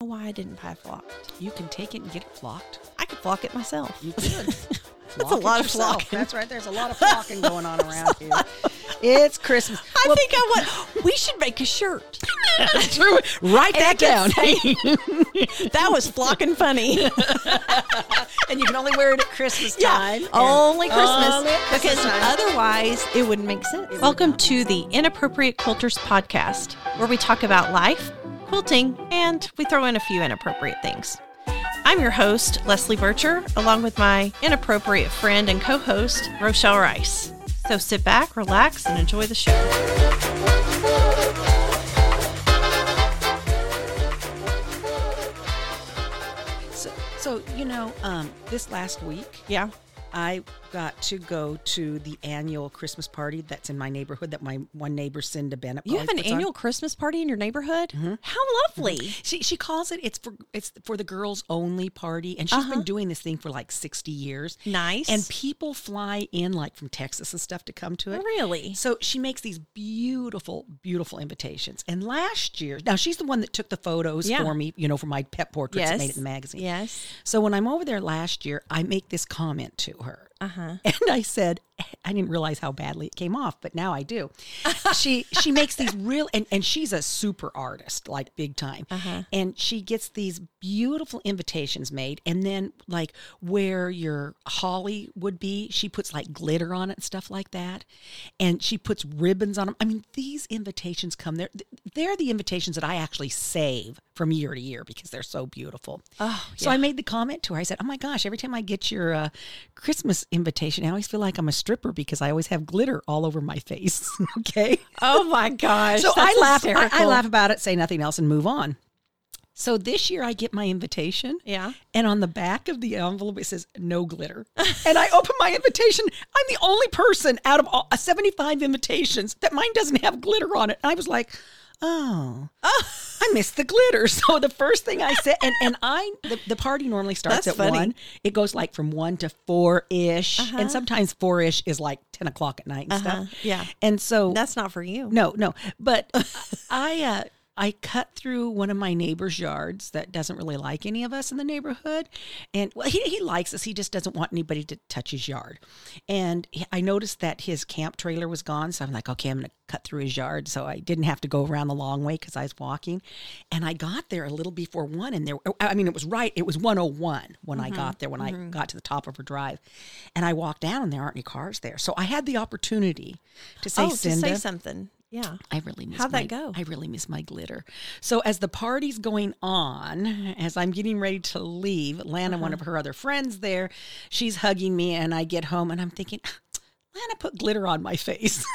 why I didn't buy flocked. You can take it and get it flocked. I could flock it myself. You could. That's a lot of flocking. That's right. There's a lot of flocking going on around here. It's Christmas. I Well, think I want. We should make a shirt. Drew, write that down. that was flocking funny. and you can only wear it at Christmas time. and Only Christmas. only at Christmas because time. otherwise it wouldn't make sense. Welcome to the Inappropriate Quilters Podcast, where we talk about life, quilting, and we throw in a few inappropriate things. I'm your host, Leslie Bircher, along with my inappropriate friend and co host, Rochelle Rice. So sit back, relax, and enjoy the show. so, so, you know, um, this last week, Yeah. I got to go to the annual Christmas party that's in my neighborhood that my one neighbor, Cinda Bennett, You always have an puts on. annual Christmas party in your neighborhood? How lovely. She she calls it it's for it's for the girls only party, and she's been doing this thing for like sixty years. Uh-huh. Nice. And people fly in like from Texas and stuff to come to it. Really? So she makes these beautiful, beautiful invitations. And last year, now she's the one that took the photos Yeah. for me, you know, for my pet portraits and made it in the magazine. Yes. So when I'm over there last year, I make this comment to her. And I said, I didn't realize how badly it came off, but now I do. she she makes these real and, and she's a super artist, like big time. And she gets these beautiful invitations made. And then like where your holly would be, she puts like glitter on it and stuff like that. And she puts ribbons on them. I mean, these invitations come there. They're the invitations that I actually save from year to year because they're so beautiful. Oh, So I made the comment to her. I said, "Oh my gosh! Every time I get your uh, Christmas invitation, I always feel like I'm a stripper because I always have glitter all over my face." okay. Oh my gosh. So I that's laugh. I, I hysterical. laugh about it. Say nothing else and move on. So this year I get my invitation. Yeah. And on the back of the envelope it says no glitter. and I open my invitation. I'm the only person out of all, uh, 75 invitations that mine doesn't have glitter on it. And I was like, "Oh, I missed the glitter. So the first thing I said, and, and I, the, the party normally starts That's at funny. Uh-huh. one. It goes like from one to four ish. And sometimes four ish is like 10 o'clock at night and stuff. Yeah. And so That's not for you. no, no. But I uh, I cut through one of my neighbor's yards that doesn't really like any of us in the neighborhood, and well, he he likes us. He just doesn't want anybody to touch his yard. And he- I noticed that his camp trailer was gone, so I'm like, okay, I'm gonna cut through his yard, so I didn't have to go around the long way because I was walking. And I got there a little before one, and there. oh, I mean, it was right. It was 101 when I got there. When I got to the top of her drive, and I walked down, and there aren't any cars there, so I had the opportunity to say, oh, just Cinda, say something. Yeah. I really miss How'd my, that go? I really miss my glitter. So as the party's going on, as I'm getting ready to leave, Lana, one Uh-huh. of her other friends there, she's hugging me, and I get home, and I'm thinking, "Ah, Lana put glitter on my face,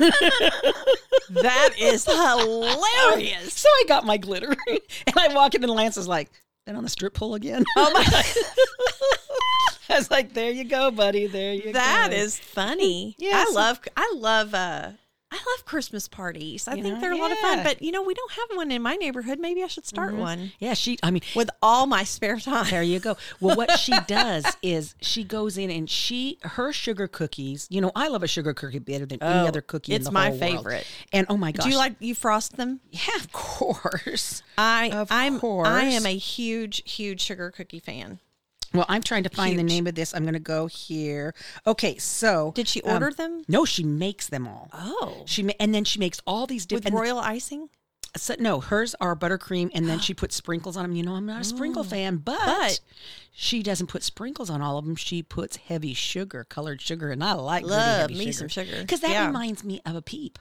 That is hilarious. so I got my glitter, and I walk in, and Lance is like, "Been on the strip pole again?" Oh my! I was like, "There you go, buddy. There you That go." is funny. Yes. I love I love uh I love Christmas parties. I You think know? they're a lot of fun, Yeah. but you know, we don't have one in my neighborhood. Maybe I should start one Yeah, she. I mean, with all my spare time. There you go. Well, what she does is she goes in and she her sugar cookies. You know, I love a sugar cookie better than any Oh, other cookie. in it's the my whole world. favorite. And oh my gosh, Do you like you frost them? Yeah, of course. I Of I'm I am course. a huge huge sugar cookie fan. Well, I'm trying to find the Huge. name of this. I'm going to go here. Okay, so Did she um, order them? No, she makes them all. Oh. She ma- and then she makes all these With different. royal icing? so, no, hers are buttercream, and then she puts sprinkles on them. You know, I'm not a sprinkle fan, but, Mm. But- she doesn't put sprinkles on all of them. She puts heavy sugar, colored sugar, and I like really Love heavy me some sugar. sugar. because that Yeah. reminds me of a peep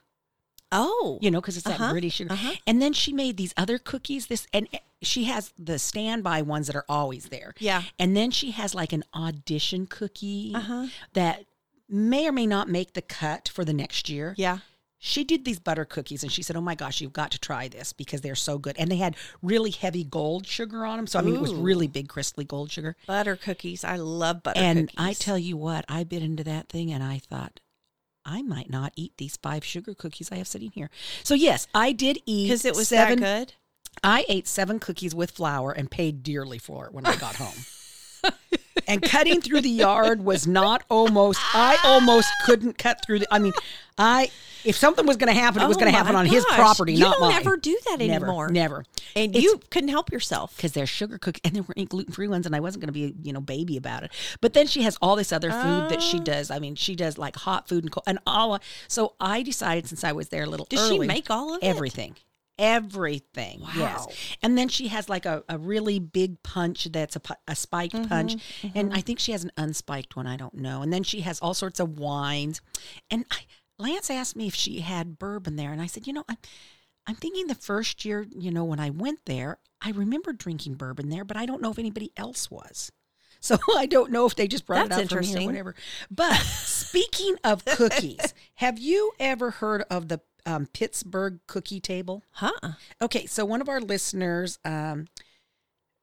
Oh. you know because it's that Uh-huh, gritty sugar uh-huh. and then she made these other cookies this and eh, she has the standby ones that are always there Yeah. and then she has like an audition cookie Uh-huh. that may or may not make the cut for the next year Yeah. she did these butter cookies and she said oh my gosh you've got to try this because they're so good and they had really heavy gold sugar on them so i mean it was Ooh. really big crystally gold sugar Butter cookies. I love butter and cookies. I tell you what, I bit into that thing and I thought, I might not eat these five sugar cookies I have sitting here. So yes, I did eat because it was seven. that good. I ate seven cookies with flour and paid dearly for it when I got home. and cutting through the yard was not almost. I almost couldn't cut through. The, I mean, I if something was going to happen, it was Oh going to my happen on his gosh. property, You not don't mine. ever do that Never, anymore. Never. And you couldn't help yourself. because they're sugar cookies and there weren't gluten free ones, and I wasn't going to be you know baby about it. But then she has all this other food that Oh. she does. I mean, she does like hot food and cold, and all. So I decided since I was there a little Does she early, make all of it? everything. Everything, yes, Wow. and then she has like a, a really big punch that's a, pu- a spiked Mm-hmm, punch, and I think she has an unspiked one. I don't know. And then she has all sorts of wines, and I, Lance asked me if she had bourbon there, and I said, you know, I, I'm thinking the first year, you know, when I went there, I remember drinking bourbon there, but I don't know if anybody else was. So I don't know if they just brought That's it out for me or interesting. whatever. But speaking of cookies, have you ever heard of the um, Pittsburgh cookie table? Huh. Okay, so one of our listeners, um,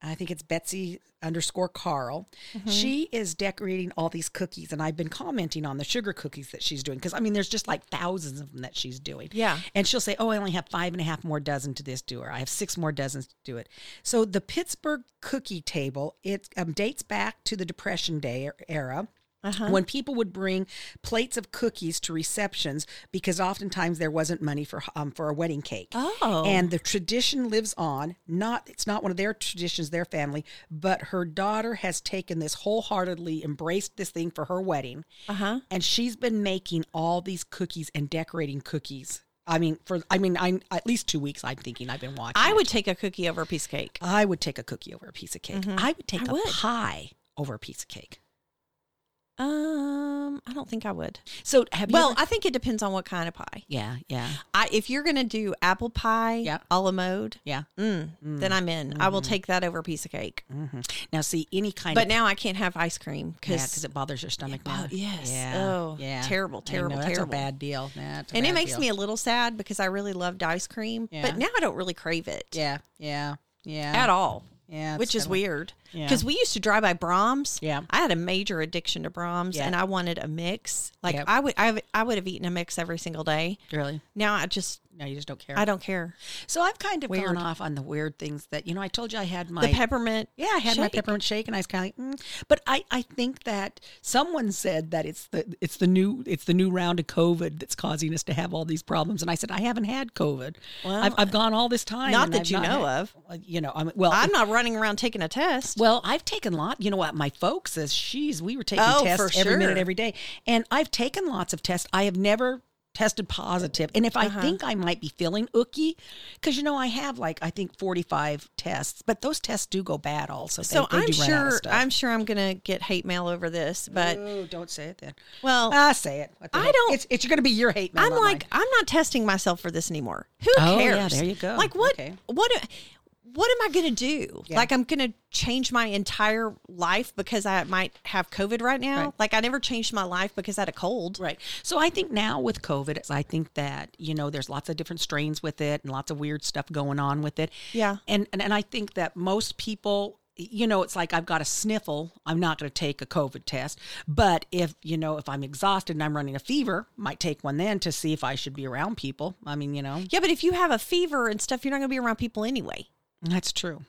I think it's Betsy underscore Carl, Mm-hmm. she is decorating all these cookies, and I've been commenting on the sugar cookies that she's doing because I mean, there's just like thousands of them that she's doing. Yeah. and she'll say, "Oh, I only have five and a half more dozen to this do, or I have six more dozens to do it." So the Pittsburgh cookie table it um, dates back to the Depression Day er, era Uh-huh. when people would bring plates of cookies to receptions because oftentimes there wasn't money for um, for a wedding cake. Oh. And the tradition lives on. Not it's not one of their traditions, their family, but her daughter has taken this wholeheartedly, embraced this thing for her wedding, uh-huh. and she's been making all these cookies and decorating cookies. I mean, for I mean, I at least two weeks. I'm thinking I've been watching. I it. would take a cookie over a piece of cake. I would take a cookie over a piece of cake. I would take Mm-hmm. I a would. pie over a piece of cake. Um, I don't think I would. So have you? Well, ever- I think it depends on what kind of pie. yeah, yeah, I if you're gonna do apple pie Yeah. a la mode, yeah. mm, then I'm in. I will Mm-hmm. take that over a piece of cake. hmm Now, see any kind But of now I can't have ice cream because because it bothers your stomach. bo- now. yes. Oh, terrible, I terrible, know, That's a terrible. bad deal. That's a and it bad makes deal. me a little sad because I really loved ice cream, Yeah. but now I don't really crave it Yeah, yeah, yeah. at all, yeah, it's which is kinda- weird Yeah. because we used to drive by Brahms. Yeah. I had a major addiction to Brahms, Yeah. and I wanted a mix. Like Yep. I would, I, would- I would have eaten a mix every single day. Really? Now I just, No, you just don't care. I don't care. so I've kind of Weird. gone off on the weird things that you know. I told you I had my The peppermint. Yeah, I had my shake. peppermint shake, and I was kind of like, mm. but I, I think that someone said that it's the it's the new it's the new round of COVID that's causing us to have all these problems, and I said I haven't had COVID. I've, Well, I've gone all this time. not and that I've you know had- of. Well, You know, I'm well. I'm not running around taking a test. well, I've taken lot. You know what? My folks says, "She's we were taking Oh, tests for every minute, sure. every day," and I've taken lots of tests. I have never tested positive, and if Uh-huh. I think I might be feeling ooky, because you know I have like I think forty five tests, but those tests do go bad also. They- So they I'm do run out of sure stuff. I'm sure I'm gonna get hate mail over this, but Ooh, don't say it then. well, Ah, say it. What the I heck? don't- It's, it's going to be your hate mail. I'm not like mine. I'm not testing myself for this anymore. Who Oh, cares? yeah, there you go. Like what? Okay. What? What am I gonna do? Like I'm gonna change my entire life because I might have COVID right now. Right. Like I never changed my life because I had a cold. Right. So I think now with COVID, it's- I think that, you know, there's lots of different strains with it and lots of weird stuff going on with it. Yeah. And and, and I think that most people you know, it's like I've got a sniffle. I'm not going to take a COVID test, but if you know, if I'm exhausted and I'm running a fever, might take one then to see if I should be around people. I mean, you know, Yeah, but if you have a fever and stuff, you're not gonna be around people anyway. that's true.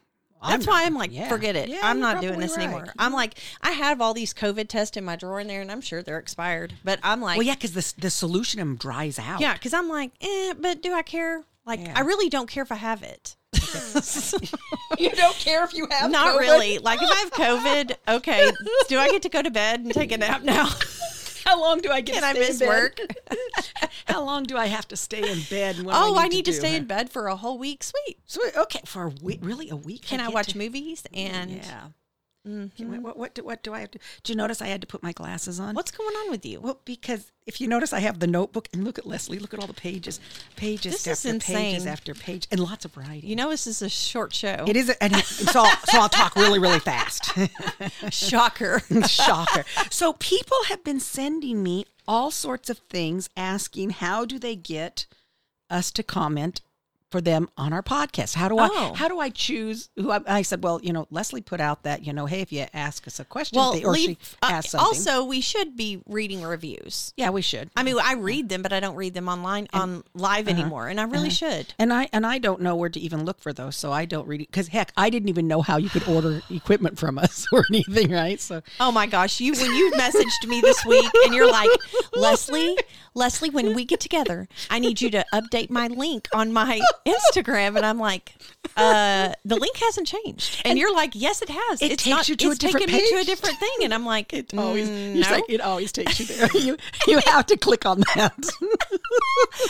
That's why I'm like, yeah. forget it. Yeah, I'm you're not doing probably this right. anymore. I'm like, I have all these COVID tests in my drawer in there, and I'm sure they're expired. But I'm like, Well, yeah, because the the solution dries out. Yeah, because I'm like, eh, but do I care? Like, Yeah. I really don't care if I have it. you don't care if you have Not COVID? really. Like, if I have COVID, okay, do I get to go to bed and take a nap now? How long do I get? Can to I stay in miss bed? work? How long do I have to stay in bed? And what do oh, I need, to, do, stay huh? in bed for a whole week. Sweet. So, okay, for a week, really a week. Can I, get watch to- Mm, movies? And Yeah. Can- what- What, what do what do I have to? Do you notice I had to put my glasses on? what's going on with you? well, because if you notice, I have the notebook and look at Leslie. Look at all the pages, pages This is after pages insane. after page, and lots of writing. you know, this is a short show. it is, a, and it- so I'll, so I'll talk really really fast. Shocker. Shocker. So people have been sending me all sorts of things asking how do they get us to comment for them on our podcast. How do I Oh. how do I choose who I, I said, well, you know, Leslie put out that, you know, hey, if you ask us a question Well, they- or leave, she uh, asked something. also, we should be reading reviews. yeah, we should. I mean, I read them, but I don't read them online on live Uh-huh. anymore, and I really should. And I and I don't know where to even look for those, so I don't read it because heck, I didn't even know how you could order equipment from us or anything, right? So Oh my gosh, you when you messaged me this week and you're like, "Leslie, Leslie, when we get together, I need you to update my link on my Instagram." And I'm like, "Uh, the link hasn't changed." And, you're like, "Yes, it has. It it's takes not, you to a it's different taken me to a page." different thing." And I'm like, it always "Mm, you're no." like, it always takes you there. you you have to click on that. I'm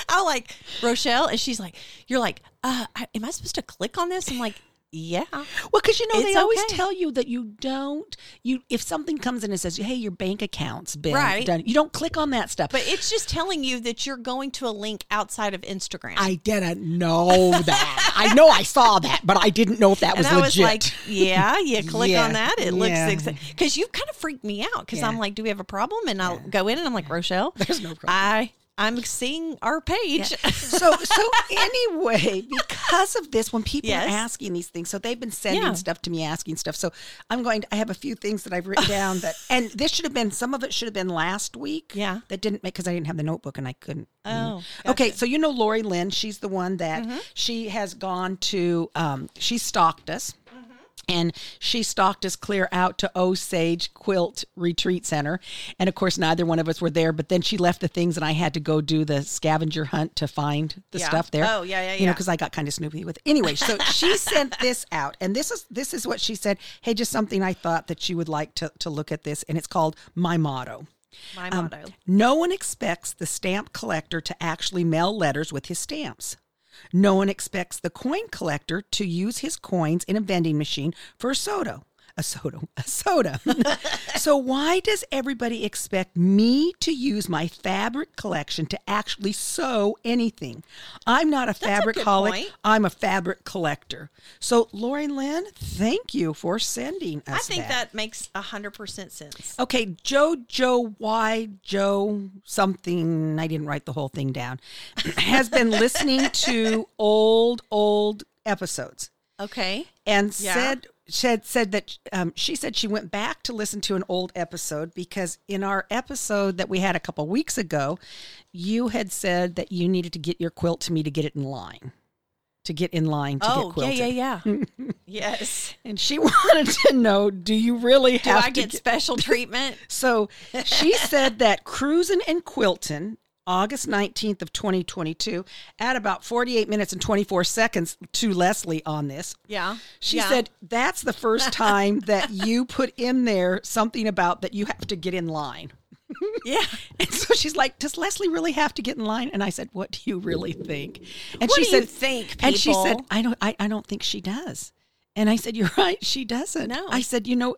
Oh, like Rochelle, and she's like, "You're like, uh, I, am I supposed to click on this?" I'm like, "Yeah." Well, because you know It's they always okay. tell you that you don't. You if something comes in and says, "Hey, your bank account's been Right. done," you don't click on that stuff. But it's just telling you that you're going to a link outside of Instagram. I didn't know that. I know I saw that, but I didn't know if that was and I legit. was like, "Yeah, you click Yeah, on that. It looks yeah. exact." Because you kind of freaked me out. Because I'm Yeah. like, "Do we have a problem?" And I'll go in and I'm like, "Rochelle, There's no problem. I I'm seeing our page. so so anyway, because of this, when people Yes. are asking these things, so they've been sending Yeah. stuff to me, asking stuff. So I'm going. To, I have a few things that I've written down that, and this should have been some of it should have been last week. Yeah. that didn't make because I didn't have the notebook and I couldn't. Oh, okay. So you know Lori Lynn, she's the one that Mm-hmm. she has gone to. Um, she stalked us. Mm-hmm. And she stalked us clear out to Osage Quilt Retreat Center. And of course, neither one of us were there. But then she left the things, and I had to go do the scavenger hunt to find the Yeah. stuff there. Oh, yeah, yeah, You know, yeah. because I got kind of snoopy with it. Anyway, so she sent this out. And this is this is what she said. Hey, just something I thought that you would like to, to look at this. And it's called My Motto. My Um, motto. no one expects the stamp collector to actually mail letters with his stamps. No one expects the coin collector to use his coins in a vending machine for a soda. A soda. A soda. so, why does everybody expect me to use my fabric collection to actually sew anything? I'm not a fabric holic. point. I'm a fabric collector. So, Lori Lynn, thank you for sending us I think that. that makes hundred percent sense. Okay, Jojo Y Joe something. I didn't write the whole thing down. has been listening to old old episodes Okay. and Yeah. said said said that um, she said she went back to listen to an old episode because in our episode that we had a couple weeks ago, you had said that you needed to get your quilt to me to get it in line, to get in line to Oh get yeah quilted. yeah yeah. yes. And she wanted to know, do you really Do have I to get special treatment? So she said that cruising and quilting, August 19th of 2022, at about 48 minutes and 24 seconds to Leslie on this. Yeah. She yeah. said that's the first time that you put in there something about that you have to get in line. "Yeah." And so she's like, "Does Leslie really have to get in line?" And I said, "What do you really think?" And What she do said, you think, And she said, people? "I don't. I, I don't think she does." And I said, "You're right. She doesn't." No. I said, "You know."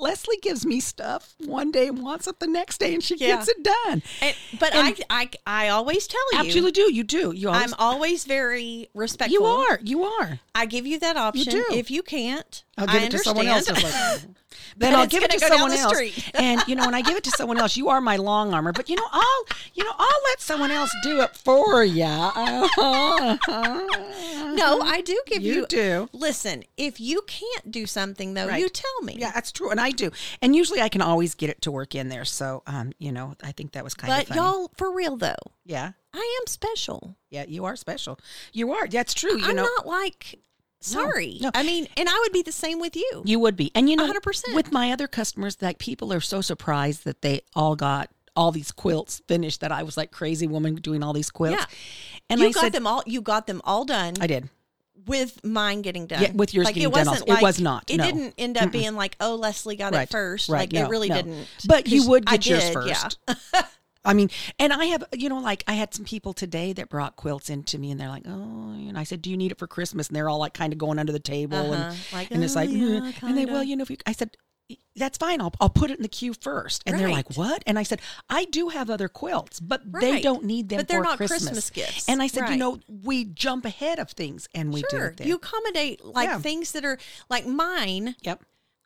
Leslie gives me stuff one day and wants it the next day, and she Yeah. gets it done. And- but I, I I always tell you, Absolutely, do you do you always, I'm always very respectful. you are you are. I give you that option. do. If you can't, I'll give I it to someone else. understand. It's like, then I'll it's give it to gonna go down someone the else. street. and you know, when I give it to someone else, you are my long armor. But you know, I'll you know I'll let someone else do it for you. No, I do give you. You do. Listen, if you can't do something though, Right. you tell me. Yeah, that's true, and I do. And usually, I can always get it to work in there. So, um, you know, I think that was kind of But funny. y'all, for real though, yeah, I am special. yeah, you are special. You are. That's true. You I'm know, not like sorry. no. I mean, and I would be the same with you. You would be. And you know, 100%. with my other customers, like people are so surprised that they all got all these quilts finished that I was like crazy woman doing all these quilts. And you I got said, them all. You got them all done I did. with mine getting done. Yeah, with yours like, getting it done wasn't also. It like- was not, It no. didn't end up being like, oh, Leslie got Right. it first. Right. Like No, it really no. didn't. But you 'Cause would I get did, yours Yeah. first. I mean, and I have, you know, like I had some people today that brought quilts into me and they're like, oh, and I said, do you need it for Christmas? And they're all like kind of going under the table Uh-huh. and, Like, and it's "Oh, like, yeah, "Mm." and they, well, kinda." you know, if you, I said, that's fine. I'll, I'll put it in the queue first. And they're like, Right. what? And I said, I do have other quilts, but they Right. don't need them But they're for not Christmas. Christmas gifts. And I said, you Right. know, we jump ahead of things and we do Sure. it there. You accommodate like Yeah. things that are like mine. yep.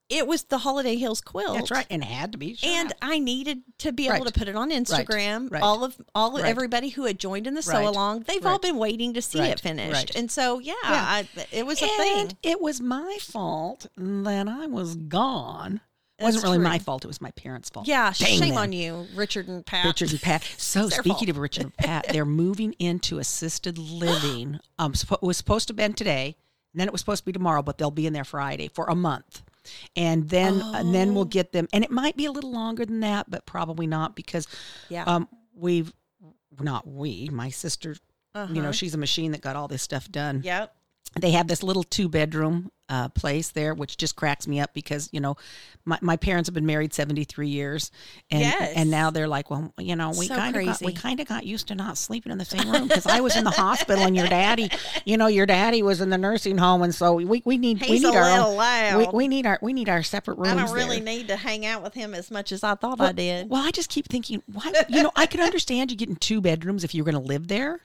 it was the Holiday Hills quilt. That's right. And had to be. Sure. And I needed to be Right. able to put it on Instagram. Right. All of all of Right. everybody who had joined in the Right. sew along, they've all Right. been waiting to see Right. it finished. Right. And so, yeah, Yeah. I, it was a and thing. it was my fault that I was gone. It wasn't That's really true. my fault. It was my parents' fault. Yeah, Dang shame them. on you, Richard and Pat. Richard and Pat. So their speaking fault. of Richard and Pat, they're moving into assisted living. Um, suppo- it was supposed to have been today, and then it was supposed to be tomorrow, but they'll be in there Friday for a month, and then and then Oh. we'll get them. And it might be a little longer than that, but probably not because Yeah. um, we've not we my sister. You know, Uh-huh. she's a machine that got all this stuff done Yep. they have this little two bedroom uh, place there, which just cracks me up because you know my, my parents have been married seventy three years, and Yes. and now they're like, well, you know, we So kind of got we crazy. kind of got used to not sleeping in the same room because I was in the hospital and your daddy, you know, your daddy was in the nursing home, and so we we need we He's a need our little own, we, loud. we need our we need our separate rooms. I don't really there. need to hang out with him as much as I thought I did. Well, I just keep thinking, why? You know, I could understand you getting two bedrooms if you're going to live there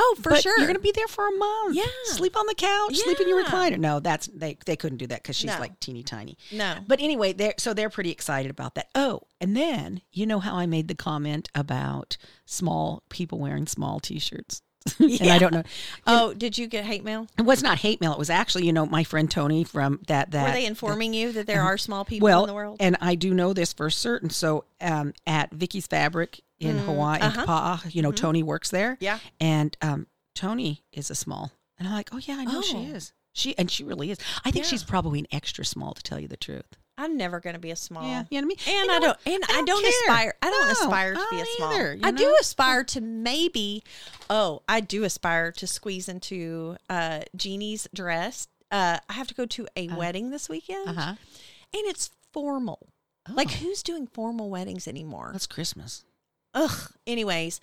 oh, for but sure. You're going to be there for a month. Yeah. Sleep on the couch, sleep in your Yeah. recliner. No, that's they they couldn't do that cuz she's No. like teeny tiny. No. But anyway, they are so they're pretty excited about that. Oh, and then you know how I made the comment about small people wearing small t-shirts. and I don't know. oh, did you get hate mail? It was not hate mail. It was actually, you know, my friend Tony from that that Were they informing you that there are small people well, in the world? And I do know this for certain. So um, at Vicky's Fabric in Hawaii, in Kapaa, you know, Tony works there. Mm, uh-huh. Mm-hmm. Yeah. And um, Tony is a small. And I'm like, oh, yeah, I know she Oh. is. She And she really is. I think Yeah. she's probably an extra small, to tell you the truth. I'm never going to be a small. Yeah. You know what I mean? And You I know, don't and I don't, care. aspire I don't No, aspire to I be a don't small. either, you I do know? aspire to maybe oh, I do aspire to squeeze into uh Jeannie's dress. Uh I have to go to a wedding this weekend Uh-huh. and it's formal. Like who's doing formal weddings anymore? Oh, That's Christmas. Ugh. Anyways,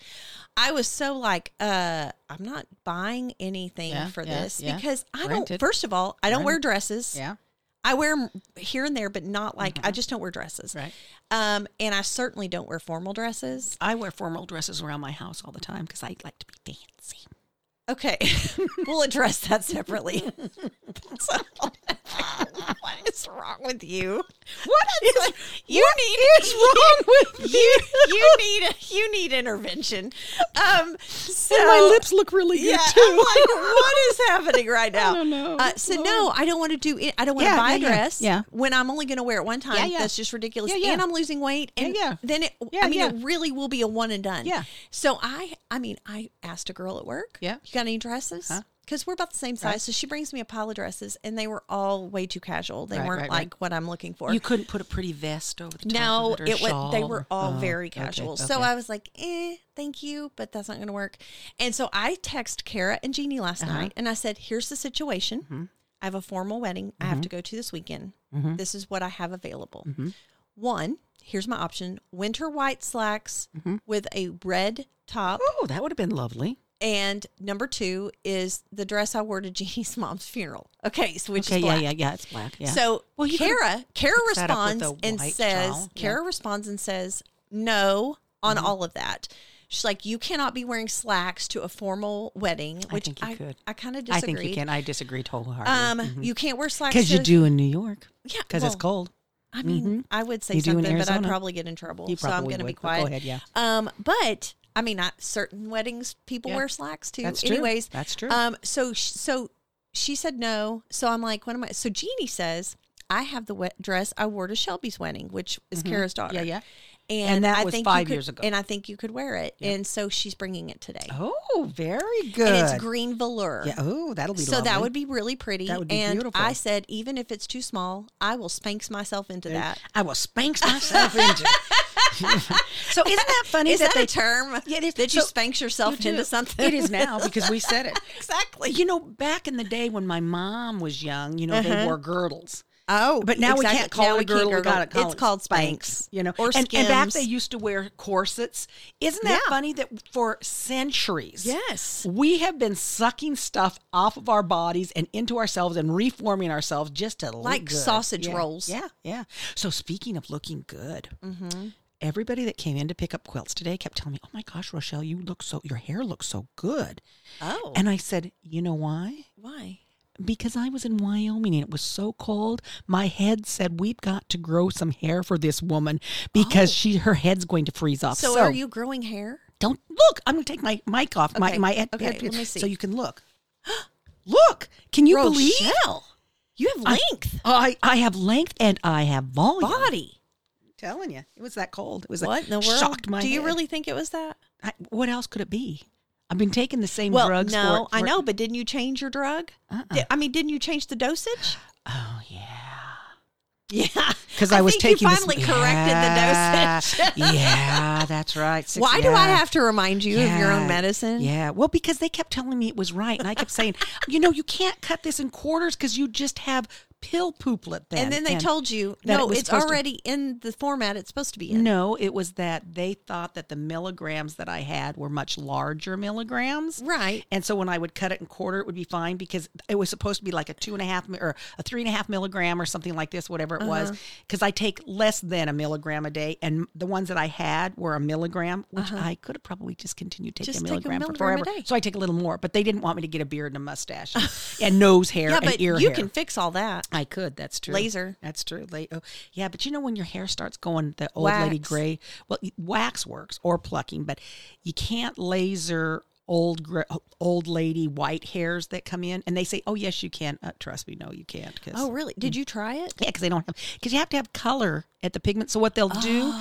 I was so like, uh, I'm not buying anything Yeah, for yeah, this yeah. because I Rent don't it. first of all, I don't Rent wear it. dresses. Yeah. Uh-huh. I wear 'em here and there, but not like I just don't wear dresses. Right. Um, and I certainly don't wear formal dresses. I wear formal dresses around my house all the time because I like to be fancy. Okay, we'll address that separately. So, what is wrong with you? What is you need? Is wrong with you? You need you need intervention. Um, so And my lips look really good Yeah, too. I'm like, what is happening right now? don't know. Uh, so no, I don't want to do it. I don't want to Yeah, buy a yeah, yeah. dress. Yeah. When I'm only going to wear it one time, Yeah, yeah. that's just ridiculous. Yeah, yeah. And I'm losing weight. And yeah. then it. I Yeah, mean, yeah. it really will be a one and done. Yeah. So I, I mean, I asked a girl at work. Yeah. You got any dresses? Huh? Because we're about the same size, so she brings me a pile of dresses, and they were all way too casual. They Right, weren't right, right. like what I'm looking for. You couldn't put a pretty vest over the top No, of it or it was. They shawl were or- all Oh, very okay, casual. So okay. I was like, "Eh, thank you, but that's not going to work." And so I text Kara and Jeannie last Uh-huh. night, and I said, "Here's the situation. Mm-hmm. I have a formal wedding. I have to go to this weekend. This is what I have available. Mm-hmm. One, here's my option: winter white slacks Mm-hmm. with a red top. Oh, that would have been lovely. And number two is the dress I wore to Jeannie's mom's funeral. Okay, so which Okay, is yeah, black. yeah, yeah. It's black. Yeah. So Well, you could've Kara, Kara mixed that up with responds a and white says, shawl. Yeah. Mm-hmm. Kara responds and says, no on all of that. She's like, you cannot be wearing slacks to a formal wedding, which think you I, I, could. kind of I disagree. think you can. I disagree Um, wholeheartedly. you can't wear slacks Because you to- do in New York. Yeah, Because it's well, cold. I mean, I would say Mm-hmm. You do in something, but I'd Arizona. probably get in trouble. You so I'm probably going to be would, but go quiet. ahead, yeah. Um, but I mean, not certain weddings people Yeah. wear slacks to. That's true. Anyways, That's true. Um, so sh- so she said no. So I'm like, what am I? So Jeannie says. I have the wet dress I wore to Shelby's wedding, which is Kara's daughter. Mm-hmm. Yeah, yeah. And, And that I was think you five could- years ago. And I think you could wear it. And so she's bringing it today. Oh, very good. And it's green velour. Yeah. Oh, that'll be so that would be really pretty. That would be and beautiful. I said, even if it's too small, I will spanks myself into that. I will spank myself into. so isn't that funny Is that, that, they a term? Yeah, it is. That you So- spank yourself You do. into something? It is now because we said it. exactly. You know, back in the day when my mom was young, you know, they Uh-huh. wore girdles. Oh, But now exactly. we can't call Now it we a can't girdle. We gurgle. gotta call it's it called Spanx, spanks, you know. or and, and back Skims. they used to wear corsets. Isn't that Yeah. funny that for centuries, Yes. we have been sucking stuff off of our bodies and into ourselves and reforming ourselves just to Like look good. sausage Yeah. rolls. Yeah, yeah. So speaking of looking good, everybody that came in to pick up quilts today kept telling me, "Oh my gosh, Rochelle, you look so your hair looks so good," Oh, and I said, "You know why?" why? because I was in Wyoming and it was so cold, my head said we've got to grow some hair for this woman because Oh. she her head's going to freeze off. So, Oh, So, are you growing hair? don't look. I'm going to take my mic off. Okay, My my head, okay, head- let me see. so you can look. look. Can you believe? Rochelle, you have I- length, I I have length and I have volume. body. telling you, it was that cold. It was What like, in the world? shocked my. Do you head. really think it was that? I, what else could it be? I've been taking the same Well, drugs. no, for, Uh-uh. I for- know, but didn't you change your drug? Di- I mean, didn't you change the dosage? Oh yeah. Yeah, Because I, was think taking You this- finally Yeah. corrected the dosage. yeah, that's right. Six- Why do I yeah. have to remind you of your own Yeah. medicine? Yeah, well, because they kept telling me it was right, and I kept saying, you know, you can't cut this in quarters because you just have pill pooplet. Then And then they told you, that it no, was it's supposed to- already in the format it's supposed to be in. No, it was that they thought that the milligrams that I had were much larger milligrams. Right. And so when I would cut it in quarter, it would be fine because it was supposed to be like a two and a half mi- or a three and a half milligram or something like this, whatever it Uh-huh. was. Because I take less than a milligram a day, and the ones that I had were a milligram, which I could have probably just continued taking Uh-huh. Just a take a milligram, milligram a for forever. day. So I take a little more, but they didn't want me to get a beard and a mustache and, and nose hair Yeah, and but ear you hair. can fix all that. I could. That's true. Laser. That's true. La- oh, yeah, but you know when your hair starts going the old lady Wax. gray. Well, y- wax works or plucking, but you can't laser old gray, old lady white hairs that come in. And they say, "Oh yes, you can." Uh, trust me, no, you can't. 'cause- Oh, really? Did you try it? yeah, because they don't have because you have to have color at the pigment. So what they'll do,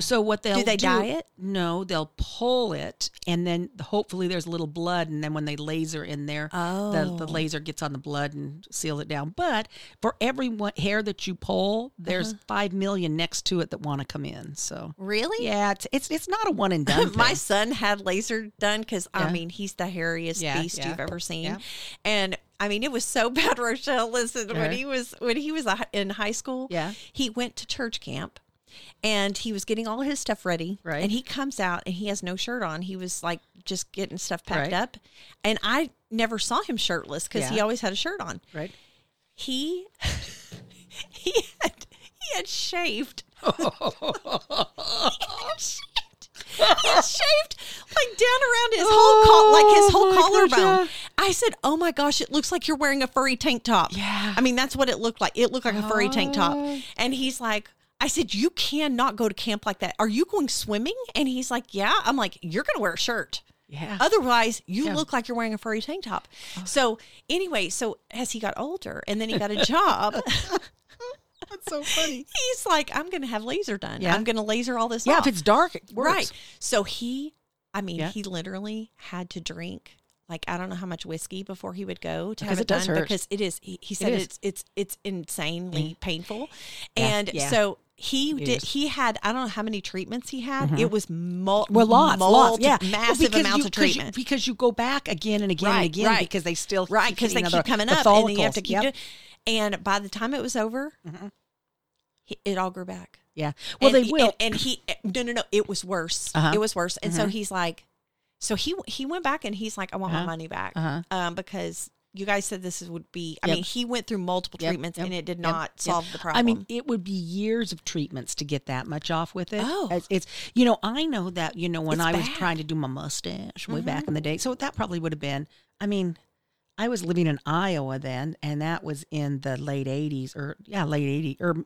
so what they'll Oh. they dye it? No, they'll pull it, and then hopefully there's a little blood, and then when they laser in there, the, Oh. the laser gets on the blood and seals it down. But for every one, hair that you pull, there's five million next to it that want to come in. So Uh-huh. Really? yeah, it's it's it's not a one and done. My thing. son had laser done because I Yeah. mean he's the hairiest Yeah, beast yeah, you've ever seen, yeah. and I mean it was so bad. Rochelle, listen, when Yeah. he was when he was a hi- in high school, Yeah. he went to church camp, and he was getting all his stuff ready. Right. and he comes out and he has no shirt on. He was like just getting stuff packed Right. up, and I never saw him shirtless because he Yeah. always had a shirt on. right. He he had he had shaved shaved. He had shaved like down around his whole col- like his whole Oh, my gosh, collarbone. I said, "Oh my gosh, it looks like you're wearing a furry tank top." Yeah. Oh. I mean that's what it looked like. It looked like a furry tank top. And he's like. I said, you cannot go to camp like that. Are you going swimming? And he's like, yeah. I'm like, you're going to wear a shirt. Yeah. Otherwise, you look like you're wearing a furry tank top. So, anyway, so as he got older and then he got a job, That's so funny. he's like, I'm going to have laser done. Yeah. I'm going to laser all this Yeah, off. if it's dark, it works. Right. So he, I mean, Yeah. he literally had to drink like I don't know how much whiskey before he would go to have Because it, it does done hurt. because it is. He, he said is. it's it's it's insanely painful, Yeah. and Yeah. so. He did. is. Mm-hmm. He had. I don't know how many treatments he had. It was mul- Well, lots, lots, multi- yeah, massive because amounts of you, 'cause you- treatment. because you go back again and again Right, and again right. because they still right keep because they hitting keep other- coming the up, and then you have follicles. to keep Yep. doing. And by the time it was over, he- it all grew back. Yeah, well, and, they he- will. And, and he eh, no no no, it was worse. Uh-huh. It was worse. And so he's like, so he he went back and he's like, I want my money back Uh-huh. um, because you guys said this is- would be. I Yep. mean, he went through multiple Yep, treatments yep, and it did yep, not yep. solve the problem. I mean, it would be years of treatments to get that much off with it. Oh. it's, it's- you know, I know that you know when It's I was bad. Mm-hmm. trying to do my mustache way back in the day, so that probably would have been. I mean, I was living in Iowa then, and that was in the late '80s, or yeah, late '80s, or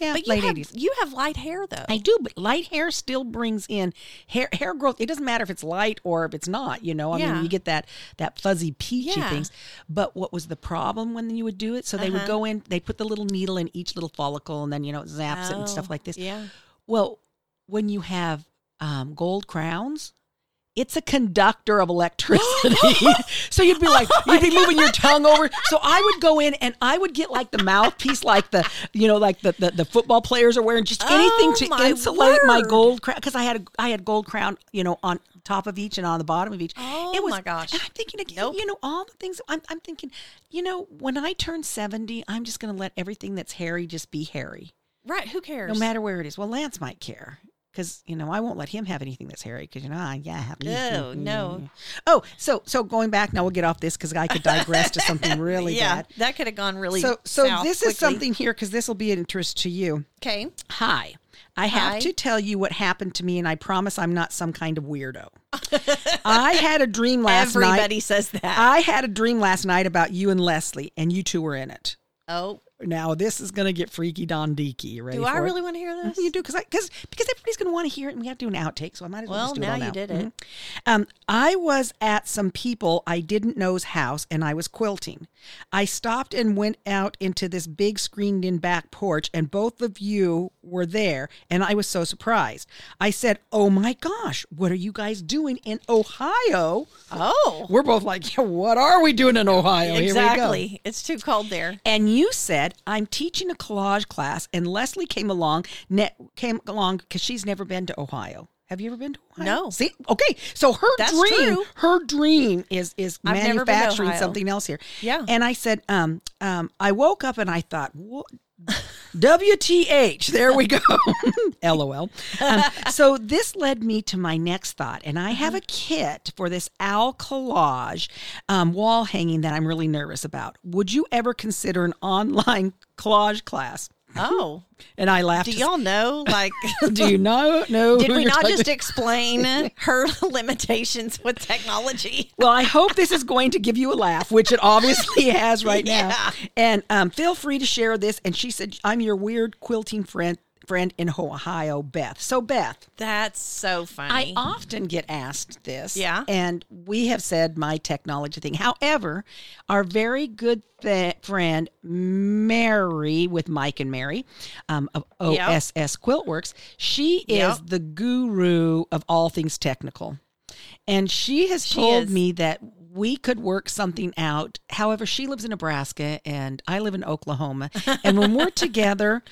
yeah, but you late have '80s. you have light hair though. I do, but light hair still brings in hair hair growth. It doesn't matter if it's light or if it's not, you know. I Yeah. mean, you get that that fuzzy peachy Yeah. things. But what was the problem when you would do it? So they would Uh-huh. go in, they put the little needle in each little follicle and then you know it zaps it and stuff Oh, like this. Yeah. Well, when you have um, gold crowns, it's a conductor of electricity. so you'd be Oh like, you'd be moving your tongue over. So I would go in and I would get like the mouthpiece, like the, you know, like the the, the football players are wearing, just Oh, anything my to insulate my word. gold crown. Because I had a, I had gold crown, you know, on top of each and on the bottom of each. Oh, my gosh. And I'm thinking, again, you know, all the things. I'm I'm thinking, you know, when I turn seventy, I'm just going to let everything that's hairy just be hairy. Right. Who cares? No matter where it is. Well, Lance might care because you know I won't let him have anything that's hairy because you know I yeah. I have- No, no. Oh, so so going back now, we'll get off this because I could digress to something really yeah, bad. that could have gone really. So so south this quickly. is something here because this will be an interest to you. Okay. Hi. I have Hi. to tell you what happened to me, and I promise I'm not some kind of weirdo. I had a dream last night. Everybody says that. I had a dream last night about you and Leslie, and you two were in it. oh, Now this is going to get freaky, Don Deaky. You Ready? do for I it? really want to hear this? You do because because because everybody's going to want to hear it, and we have to do an outtake, so I might as well, Well, just do it now all you now did it. Mhm. Um, I was at some people I didn't know's house, and I was quilting. I stopped and went out into this big screened-in back porch, and both of you were there, and I was so surprised. I said, "Oh my gosh, what are you guys doing in Ohio?" Oh, We're both like, yeah, "What are we doing in Ohio?" Here we go. exactly. It's too cold there. And you said, "I'm teaching a collage class," and Leslie came along. Ne- came along because she's never been to Ohio. Have you ever been to Ohio? No. See, okay, so her That's dream, true. her dream is is I've never been to manufacturing Ohio. something else here. Yeah. And I said, um, um, I woke up and I thought, what? WTH, there we go. LOL. Um, so, this led me to my next thought, and I have a Uh-huh. kit for this owl collage um, wall hanging that I'm really nervous about. Would you ever consider an online collage class? Oh, And I laughed. do y'all know? Like, Do you know? know did who we you're not talking just to? explain her limitations with technology? Well, I hope this is going to give you a laugh, which it obviously has right Yeah. now. And um, feel free to share this. And she said, "I'm your weird quilting friend." Friend in Ohio, Beth. So, Beth, That's so I funny. often get asked this. Yeah. And we have said my technology thing. However, our very good th- friend, Mary, with Mike and Mary um, of Yep. OSS Quiltworks, she Yep. is the guru of all things technical. And she has told is. me that we could work something out. However, she lives in Nebraska and I live in Oklahoma. And when we're together,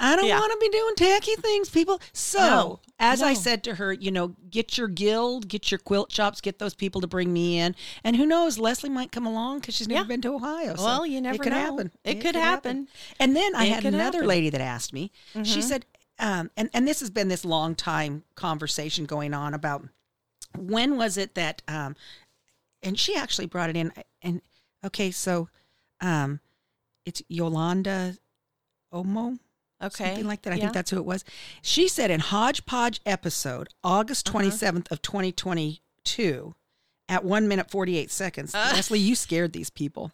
I don't Yeah. want to be doing tacky things, people. So, No, as I no. said to her, you know, get your guild, get your quilt shops, get those people to bring me in. And who knows, Leslie might come along because she's never Yeah. been to Ohio. so Well, you never it could know. happen. It could happen. And then I It had could another happen. Mm-hmm. lady that asked me, she said, um, and, and this has been this long time conversation going on about when was it that um and she actually brought it in and okay so um it's yolanda omo Okay. something like that i Yeah. think that's who it was she said in hodgepodge episode august 27th of 2022 at one minute 48 seconds leslie you scared these people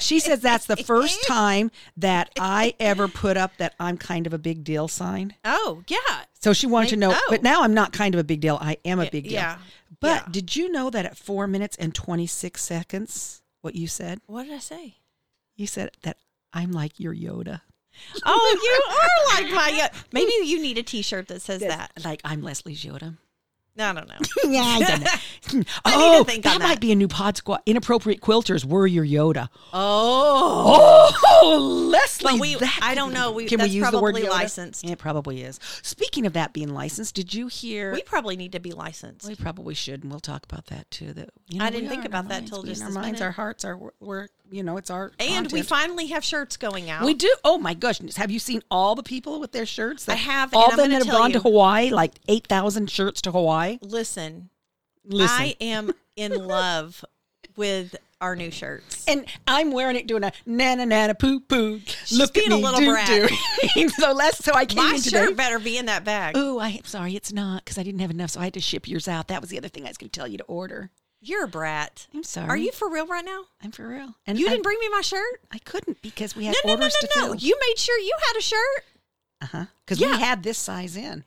she says that's the first time that i ever put up that i'm kind of a big deal sign Oh, yeah. so she wanted to know, Like, oh. but now I'm not kind of a big deal. I am a Y- big deal. yeah, But yeah. did you know that at four minutes and 26 seconds, what you said? What did I say? You said that I'm like your Yoda. Oh, you are like my. Maybe you need a T-shirt that says that. Like I'm Leslie's Yoda. I don't know. yeah, I don't know. I need to oh, think that, on might that. be a new pod squad. Inappropriate quilters were your Yoda. Oh, Oh, Leslie. But we- that I could don't be- know. We- can that's we use the word probably Yoda? licensed. It probably is. Speaking of that being licensed, did you hear? we probably need to be licensed. We probably should, and we'll talk about that too. That you I we didn't think are in our about that minds. till We in just our this minds, minute. our hearts, our we're, we're you know, it's our and we content. finally have shirts going out. we do. Oh my gosh! Have you seen all the people with their shirts? I that- have, All and I'm of them gonna that have tell gone you. to Hawaii, like eight thousand shirts to Hawaii. Listen, Listen, I am in love with our new shirts. and I'm wearing it, doing a na na na na poo poo. Look being at a me, little doo, brat. doo. so less. So I came My in today. shirt better be in that bag. Ooh, I'm sorry, it's not because I didn't have enough, so I had to ship yours out. That was the other thing I was going to tell you to order. You're a brat. I'm sorry. Are you for real right now? I'm for real. And You I- didn't bring me my shirt? I couldn't because we had No, no, no, orders to no, no. fill. You made sure you had a shirt, Uh huh. Because Yeah. we had this size in.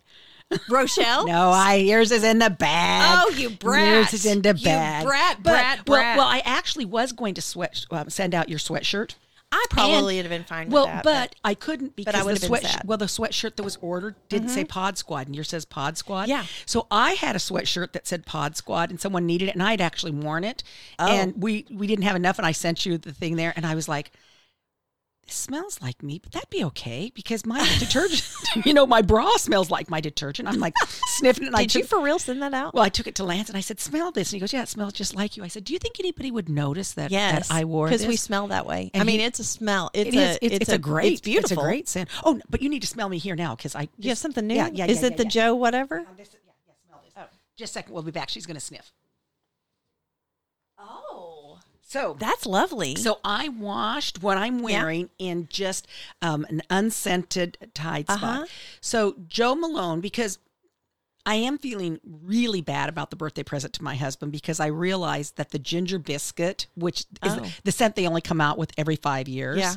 Rochelle. No, I yours is in the bag. Oh, you brat. Yours is in the You bag. brat, But- brat, well, brat. Well, I actually was going to sweat um, send out your sweatshirt. I probably would have been fine with Well, that. but, I couldn't because I would the have been sweatshirt. sad. Mm-hmm. Well, the sweatshirt that was ordered didn't say Pod Squad, and yours says Pod Squad. Yeah. So I had a sweatshirt that said Pod Squad, and someone needed it, and I had actually worn it, Oh. and we we didn't have enough, and I sent you the thing there, and I was like. This smells like me, but that'd be okay because my detergent, you know, my bra smells like my detergent. I'm like sniffing it. And I did you took- for real send that out? well, I took it to Lance and I said, "Smell this," and he goes, "Yeah, it smells just like you." I said, "Do you think anybody would notice that, yes, that I wore because this?" we smell that way. And I mean, he- it's a smell. It's It a, is. It's, it's, a, great. It's beautiful. It's a great scent. Oh, no, but you need to smell me here now because I. You have just- something new. Yeah, yeah. Is yeah, it yeah, the yeah. Joe Oh. whatever? This is- yeah, yeah, smell this. Just a second. We'll be back. She's gonna sniff. Oh, So. that's lovely. so I washed what I'm wearing in just um, an unscented Tide spot. Uh-huh. So Joe Malone, because I am feeling really bad about the birthday present to my husband because I realized that the ginger biscuit, which is Oh. the scent they only come out with every five years, Yeah.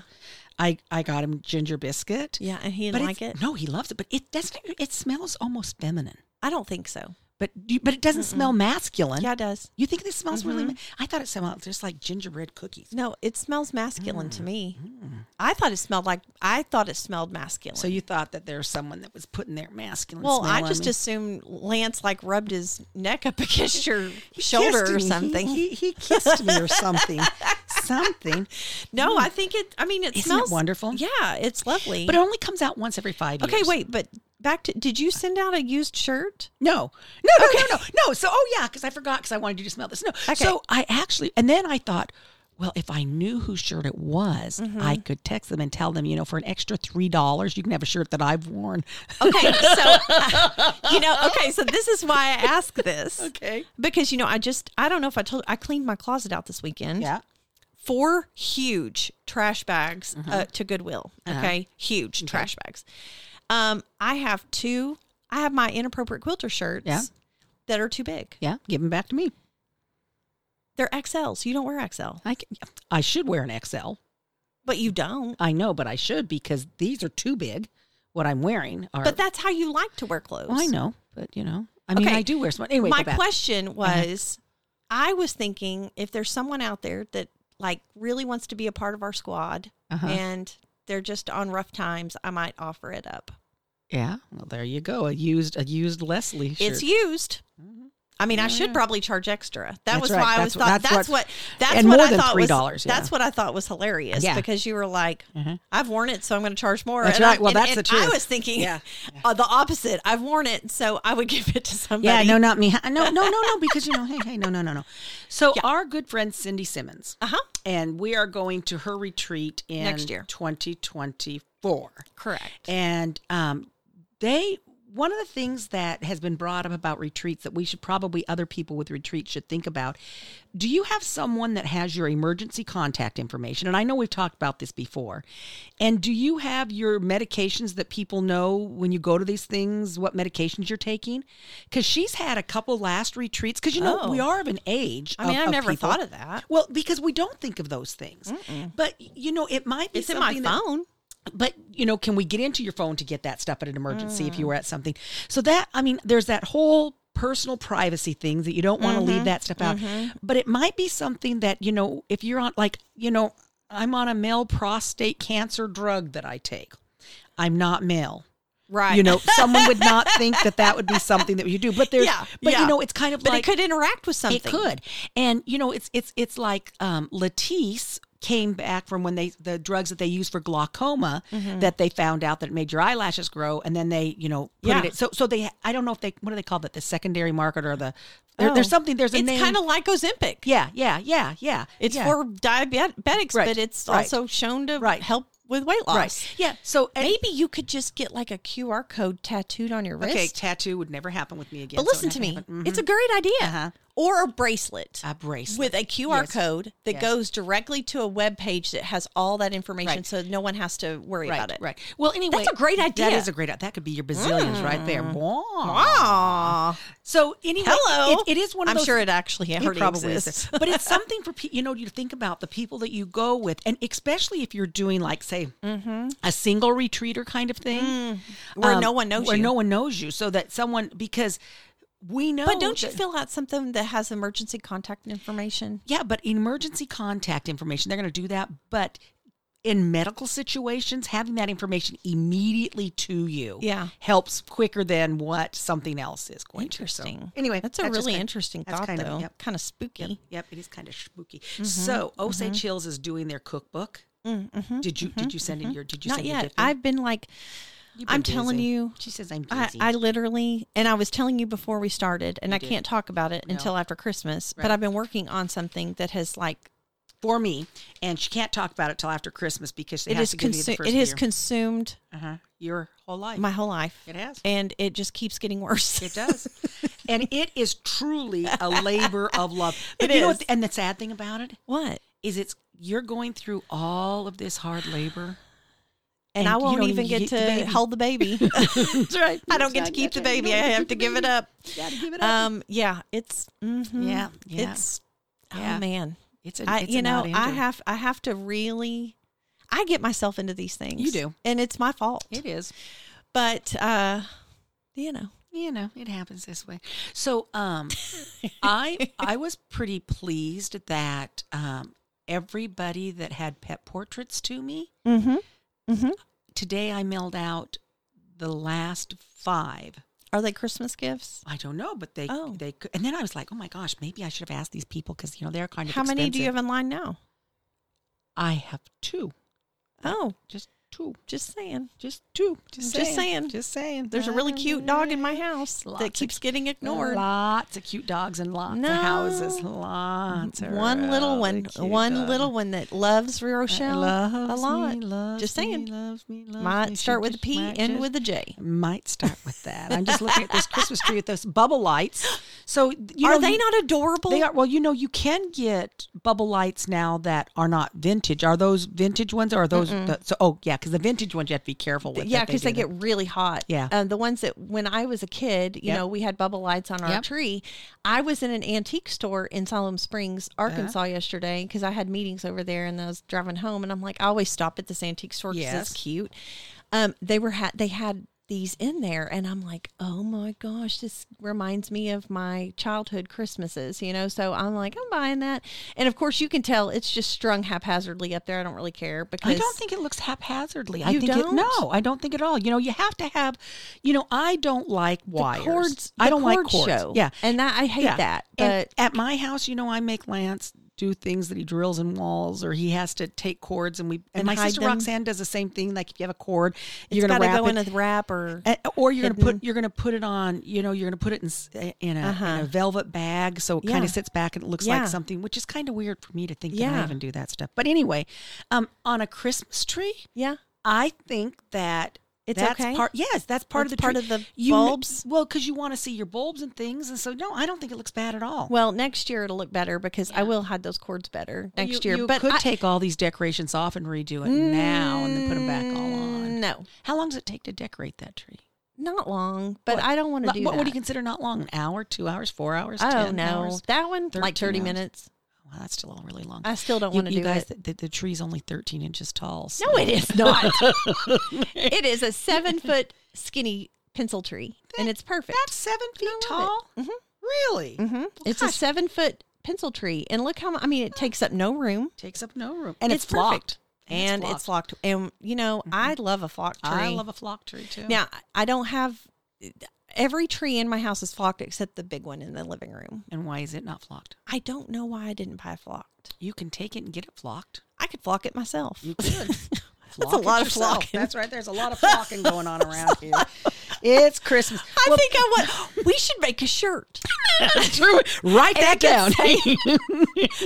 I, I got him ginger biscuit. Yeah, and he But didn't like it's- it. No, he loves it, but it doesn't. It smells almost feminine, I don't think so. but you- but it doesn't smell masculine. Yeah, Mm-hmm. it does. You think this smells really? Ma- I thought it smelled just like gingerbread cookies. No, it smells masculine to me. I thought it smelled like I thought it smelled masculine. So you thought that there's someone that was putting their masculine. well, smell I on just me. assumed Lance like rubbed his neck up against your He shoulder kissed or me. He- something. He, he, kissed me or something, something. no, I think it. I mean, it Isn't it smells wonderful? Yeah, it's lovely. But it only comes out once every five years. okay, wait. But back to did you send out a used shirt? No, no, no, no, no, no. So, oh yeah, because I forgot because I wanted you to smell this. No, Okay. so I actually, and then I thought, well, if I knew whose shirt it was, Mm-hmm. I could text them and tell them, you know, for an extra three dollars, you can have a shirt that I've worn. Okay, so uh, you know. Okay, so this is why I ask this. Okay. Because you know, I just I don't know if I told I cleaned my closet out this weekend. Yeah. four huge trash bags Uh-huh. uh, to Goodwill. Okay, huge trash bags. Um, I have two. I have my inappropriate quilter shirts Yeah. that are too big. Yeah, give them back to me. They're XLs. You don't wear XL, I can, I should wear an XL. but you don't. I know, but I should because these are too big. What I'm wearing are. But that's how you like to wear clothes. well, I know, but you know, I mean, Okay. I do wear smart. Anyway, My go back. Uh-huh. question was, I was thinking if there's someone out there that like really wants to be a part of our squad Uh-huh. and they're just on rough times, I might offer it up. Yeah. Well, there you go. A used, a used Leslie shirt. It's used. I mean, I should probably charge extra. That Mm-hmm. That's was right. why I That's was wh- thought. that's That's what- what. That's and what more I than thought was. $3, yeah. That's what I thought was hilarious Yeah. Mm-hmm. because you were like, "I've worn it, so I'm going to charge more." That's And I- right. Well, and- that's and the truth. I was thinking Yeah. uh, the opposite. I've worn it, so I would give it to somebody. Yeah, no, not me. No, no, no, no, because you know, hey, hey, no, no, no, no. So our good friend Cindy Simmons, Uh huh. and we are going to her retreat in Next year. 2024. Correct. And um, they one of the things that has been brought up about retreats that we should probably other people with retreats should think about. Do you have someone that has your emergency contact information? And I know we've talked about this before. And do you have your medications that people know when you go to these things what medications you're taking? Because she's had a couple last retreats. Because you know Oh. we are of an age. I mean, of- I've of never people. thought of that. Well, because we don't think of those things. But you know, it might be It's in my something that- phone. but you know can we get into your phone to get that stuff at an emergency if you Mm. were at something so that i mean there's that whole personal privacy things that you don't want to Mm-hmm. leave that stuff out but it might be something that you know if you're on like you know i'm on a male prostate cancer drug that i take i'm not male Right. you know someone would not think that that would be something that you do but there's Yeah, but yeah. you know it's kind of but like it could interact with something. it could, and you know, it's it's it's like um, Latisse came back from when they the drugs that they use for glaucoma Mm-hmm. that they found out that it made your eyelashes grow, and then they you know put Yeah. it in, so so they I don't know if they what do they call that the secondary market or the there, there's Oh. something there's a It's name kind of like Ozempic. yeah yeah yeah yeah It's yeah. for diabetics, Right, but it's right. also shown to Right. help with weight loss. right yeah so and- Maybe you could just get like a QR code tattooed on your wrist. okay tattoo would never happen with me again But so it listen to never me. happened. It's a great idea. Or a bracelet. Mm-hmm. Uh-huh. a bracelet with a QR code that Yes. goes directly to a web page that has all that information Right. so no one has to worry right about it. right well anyway a great that idea. Mm. is a great that could be your bazillions right there wow. Aww. So anyway, Hello. it- it is one of I'm those. sure it actually it already probably is. exists. but it's something for people. You know, you think about the people that you go with, and especially if you're doing like, say, a single retreater kind of thing, Mm-hmm. Mm. um, Where no one knows where you. no one knows you, so that someone because we know. But don't you that- fill out something that has emergency contact information? Yeah, but emergency contact information, they're going to do that, but. In medical situations, having that information immediately to you Yeah. helps quicker than what something else is going to. So, Interesting. anyway, that's a just really kind- interesting that's thought, kind of- though. yep. Kind of spooky. Yep, it is kind of spooky. Mm-hmm, So Osage Hills is doing their cookbook. Mm, did you did you send in your did mm-hmm, you Not send yet. Your dip in? I've been like, You've I'm been telling busy. you, She says I'm I, busy. I literally, and I was telling you before we started, and I can't talk about it until after Christmas, but I've been working on something that has like for me, and she can't talk about it till after Christmas because it it has is to give you the consu- first it of has your, consumed uh-huh, your whole life. my whole life. It has. and it just keeps getting worse. It does. and it is truly a labor of love. But It you know is. what, and the sad thing about it what? is it's you're going through all of this hard labor and, I you won't don't even get to the baby. hold the baby. That's right. I don't get to keep the baby. I have to give it up. Got to give it up. Um, yeah, it's mhm. Yeah, yeah. it's Yeah. oh man, it's an, I it's you an know odd I injury. have I have to really, I get myself into these things. You do. and it's my fault. It is. But uh, you know, You know, it happens this way. So, um, I I was pretty pleased that um, everybody that had pet portraits to me mm-hmm. Mm-hmm. today, I mailed out the last five. are they Christmas gifts? I don't know, but they Oh. they could. And then I was like, oh my gosh, maybe I should have asked these people because you know they're kind of How many do you expensive. have in line now? I have two, Oh, just two, just saying. Uh, just two, just, Just saying. saying. just saying. There's a really cute dog in my house Lots that of keeps getting ignored. Lots of cute dogs and lots No. of houses. Lots. of one little really one, cute one dogs. little one that loves Rochelle a loves lot. me, loves Just me, saying. loves me, loves me. Might She start with a just P, might end just- with a J. Might start with that. I'm just looking at this Christmas tree with those bubble lights. So you are know, they you- not adorable? They are well, you know, you can get bubble lights now that are not vintage. Are those vintage ones or are those the, so oh yeah, because the vintage ones you have to be careful with. yeah, that because they, do get really hot. Yeah. Um, the ones that when I was a kid, you Yep. know, we had bubble lights on our Yep. tree. I was in an antique store in Solemn Springs, Uh-huh. Arkansas yesterday because I had meetings over there and I was driving home and I'm like, I always stop at this antique store because Yes. it's cute. Um, they were had they had these in there and I'm like, oh my gosh, this reminds me of my childhood Christmases, you know. So I'm like, I'm buying that. And of course, you can tell it's just strung haphazardly up there. I don't really care because I don't think it looks haphazardly. I You think don't? It, no, I don't think at all. You know, you have to have. You know, I don't like wires. cords. I the don't like cord cords. Show. Yeah, and that I hate yeah. that. But And at my house, you know, I make Lance do things that he drills in walls, or he has to take cords, and we and, And my hide sister them. Roxanne does the same thing. Like if you have a cord, it's you're got gonna to wrap go it. in a wrap or Uh, or you're going to hidden. put you're going to put it on you know you're going to put it in s- eh, in a, in Uh-huh. a velvet bag so it kind Yeah. of sits back and it looks Yeah. like something which is kind of weird for me to think that I Yeah. even do that stuff but anyway um on a Christmas tree yeah. I think that It's that's okay? part yes that's part of That's the part tree. of the You kn- bulbs? well because you want to see your bulbs and things and so no I don't think it looks bad at all Well, next year it'll look better because I will hide those cords better You- next year. you but could I, take all these decorations off and redo it now and then put them back all on Mm, no, how long does it take to decorate that tree not long. But What? I don't want to Like, do what that. would you consider not long an hour two hours four hours oh 10 no, hours? that one like 13 thirty hours. minutes. Wow, that's still a really long. I still don't you, want to you do guys, it. The, the tree's only 13 inches tall. So. No, it is not. it is a seven foot skinny pencil tree, and it's perfect. That's seven feet tall? Mhm. Really? hmm it's a gosh. seven foot pencil tree, and look how mu- I mean it takes up no room. Takes up no room. And it's perfect. and, flocked. Mm-hmm. it's locked. And you know, I love a flock tree. I love a flock tree too. Now I don't have every tree in my house is flocked except the big one in the living room. And why is it not flocked? I don't know why I didn't buy flocked. You can take it and get it flocked. I could flock it myself. could. That's a lot of flocking. That's right. There's a lot of flocking going on around here. It's Christmas. I think I would. We should make a shirt. True. Write that down.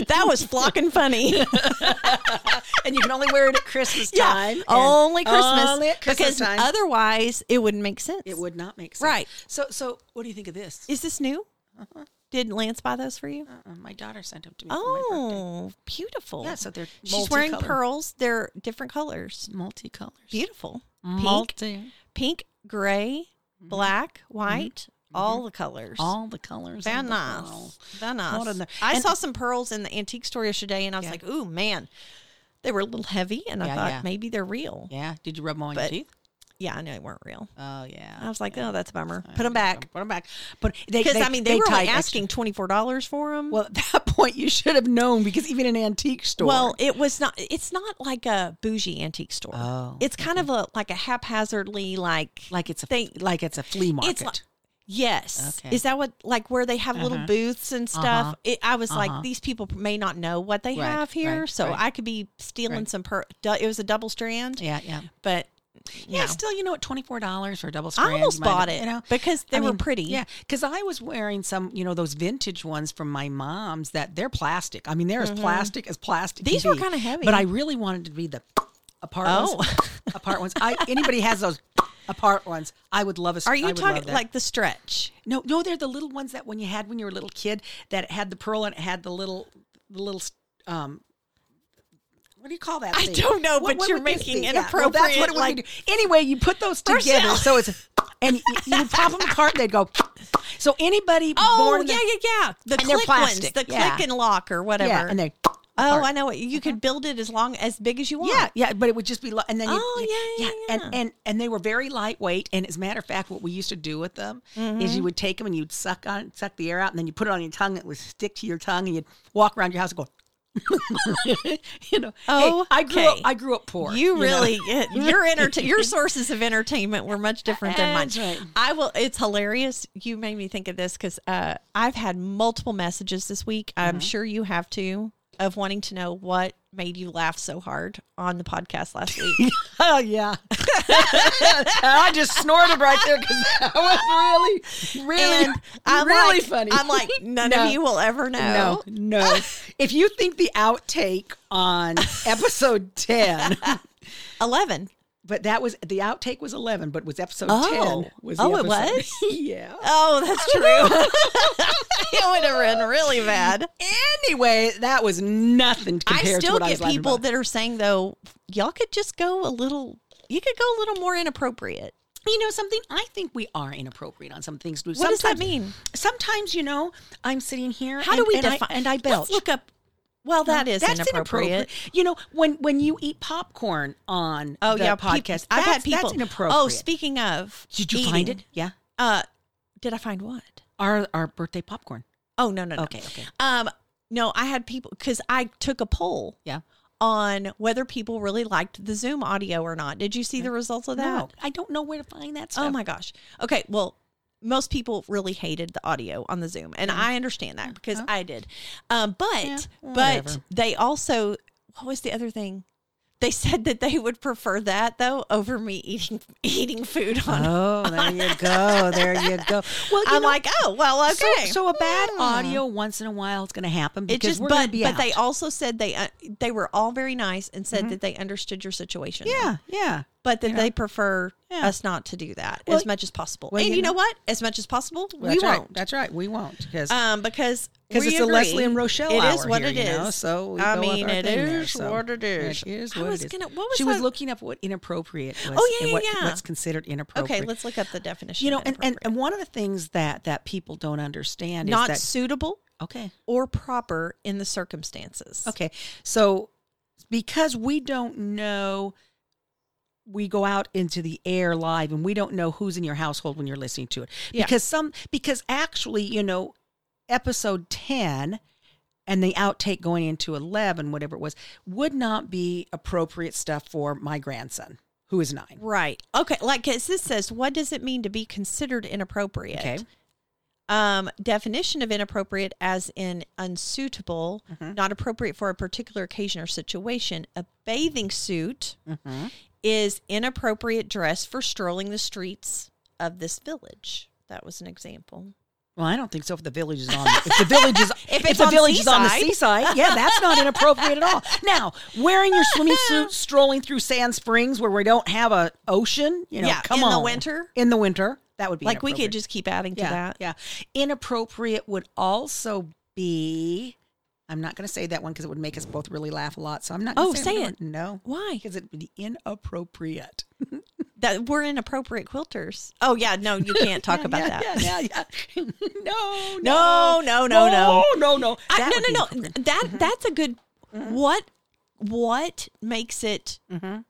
That was flocking funny. and you can only wear it at Christmas time. and only Christmas. only at because Christmas time. otherwise, it wouldn't make sense. It would not make sense. Right. So, so what do you think of this? Is this new? Did Lance buy those for you? Uh-uh, my daughter sent them to me for Uh-huh. my birthday. Oh, beautiful. Yeah, so they're She's wearing multicolored. pearls. They're different colors. Multicolors. Beautiful. Pink, Multi. pink, gray, black, white, all the colors. Mm-hmm. All the colors. They're in the nice. world. They're What nice. in the- I and- saw some pearls in the antique store yesterday and I was Yeah. like, ooh, man, they were a little heavy. And I Yeah, thought yeah. maybe they're real. Yeah. Yeah. Did you rub them on But- your teeth? I know they weren't real. Oh yeah. I was like, oh, that's a bummer. Put Yeah, them back. Put them back. But they, Because, I mean, they, were only tied extra- asking $24 for them. Well, at that point, you should have known because even an antique store. Well, it was not. It's not like a bougie antique store. Oh, it's kind of a like a haphazardly like like it's a they- like it's a flea market. It's like, yes. Okay. Is that what like where they have little Uh-huh. booths and stuff? Uh-huh. It, I was Uh-huh. like, these people may not know what they Right, have here, right, so right. I could be stealing Right. some. Per- du- it was a double strand, yeah, yeah, but yeah. yeah, Still, you know, at twenty four dollars for a double strand, I you almost might have- bought it You know, because they I were mean, pretty. Yeah, because I was wearing some, you know, those vintage ones from my mom's that they're plastic. I mean, they're as plastic as plastic. can Mm-hmm. These were be. kinda heavy. but I really wanted to be the apart ones. Oh. apart ones. I anybody has those apart ones. I would love a. Are I you would love talking that. like the stretch? no, no? They're the little ones that when you had when you were a little kid that had the pearl and it had the little the little um What do you call that? I thing? don't know, but you're would this making be? Yeah, well, inappropriate, that's what it would like, be. Anyway, you put those together, Brazil. so it's and you, you would pop them apart, and they'd go. So anybody Oh, born in yeah, the, yeah, yeah. The And they're click ones, plastic, the yeah. click and lock or whatever. yeah, and they. oh, apart. I know. what You could build it as long, as big as you want. Yeah, yeah, but it would just be li- and then you, Oh, yeah, yeah, and and and they were very lightweight. And as a matter of fact, what we used to do with them is Mm-hmm. you would take them and you'd suck on suck the air out, and then you put it on your tongue. It would stick to your tongue, and you'd walk around your house and go. you know, hey, I grew up. Okay. I grew up poor. You know? really, your enter- your sources of entertainment were much different than mine. That's right. I will. It's hilarious. You made me think of this because uh, I've had multiple messages this week. Mm-hmm. I'm sure you have too, of wanting to know what made you laugh so hard on the podcast last week. Oh yeah. and I just snorted right there because that was really, really, and I'm really like, funny. I'm like, none No. of you will ever know. No, no. if you think the outtake on episode ten, Eleven. but that was the outtake was eleven, but was episode Oh. ten? Was the Oh, it episode. was? yeah. Oh, that's true. it would have been really bad. Anyway, that was nothing compared I to still what I get was laughing people about. that are saying though, y'all could just go a little. You could go a little more inappropriate. You know something? I think we are inappropriate on some things. What does that mean? Sometimes, you know, I'm sitting here. How and- do we and I- define? and I belch. Let's look up. Well, that is inappropriate. You know, when when you eat popcorn on Oh the yeah, peop- podcast, I've that's- had people. that's inappropriate. Oh, speaking of, did you find eating, it? Yeah, Uh, did I find what? our our birthday popcorn. Oh no no no. Okay, okay. Um, no, I had people because I took a poll Yeah, on whether people really liked the Zoom audio or not. Did you see the results of that? no, I don't know where to find that stuff. Oh my gosh. Okay. Well, most people really hated the audio on the Zoom, and I understand that because I did. Um, but but whatever. they also what was the other thing? They said that they would prefer that though over me eating eating food on. Oh, there you go. There you go. Well, you I'm know, like, oh well, so, okay. so a bad Hmm. audio once in a while is going to happen It because just we're going but to be but out. Mm-hmm. they also said they uh, they were all very nice and said that they understood your situation. yeah, yeah. but that they prefer Yeah. us not to do that Well, as much as possible. well, and you you, know, know- what? As much as possible, we That's right. won't. That's right. We won't because Um, because 'Cause we it's the Leslie agree. and Rochelle It is hour what here, it you is. know, so we I go with mean, our it thing there, is so what it is. It is I what was it is. gonna- what was she was I- looking up what inappropriate was. Oh, yeah, and yeah, what, yeah. What's considered inappropriate? okay, let's look up the definition. You know, of and, and, inappropriate. and one of the things that that people don't understand not is that suitable okay, or proper in the circumstances. okay. So because we don't know, we go out into the air live, and we don't know who's in your household when you're listening to it. Yeah. Because some, because actually, you know, episode ten and the outtake going into eleven, whatever it was, would not be appropriate stuff for my grandson who is nine. Right. Okay. Like 'cause this says, what does it mean to be considered inappropriate? Okay. Um, definition of inappropriate as in unsuitable, Mm-hmm. not appropriate for a particular occasion or situation. A bathing suit Mm-hmm. is inappropriate dress for strolling the streets of this village. That was an example. Well, I don't think so. If the village is on, if the village is, if, If it's the on village is on the seaside. seaside, yeah, that's not inappropriate at all. Now, wearing your swimming suit, strolling through Sand Springs where we don't have a ocean, you know, Yeah, come in the on, winter. in the winter, that would be Like we could inappropriate. just keep adding to yeah, that. yeah. Inappropriate would also be. I'm not going to say that one because it would make us both really laugh a lot. So I'm not. Gonna Oh, say that it. One. No, Why? because it would be inappropriate. That we're inappropriate quilters. Oh yeah, no, you can't talk about yeah, that. Yeah, yeah, yeah. no, No, no, no, no. no, no, no. I, That would be no, no, no. inappropriate. Mm-hmm. That that's a good. What what makes it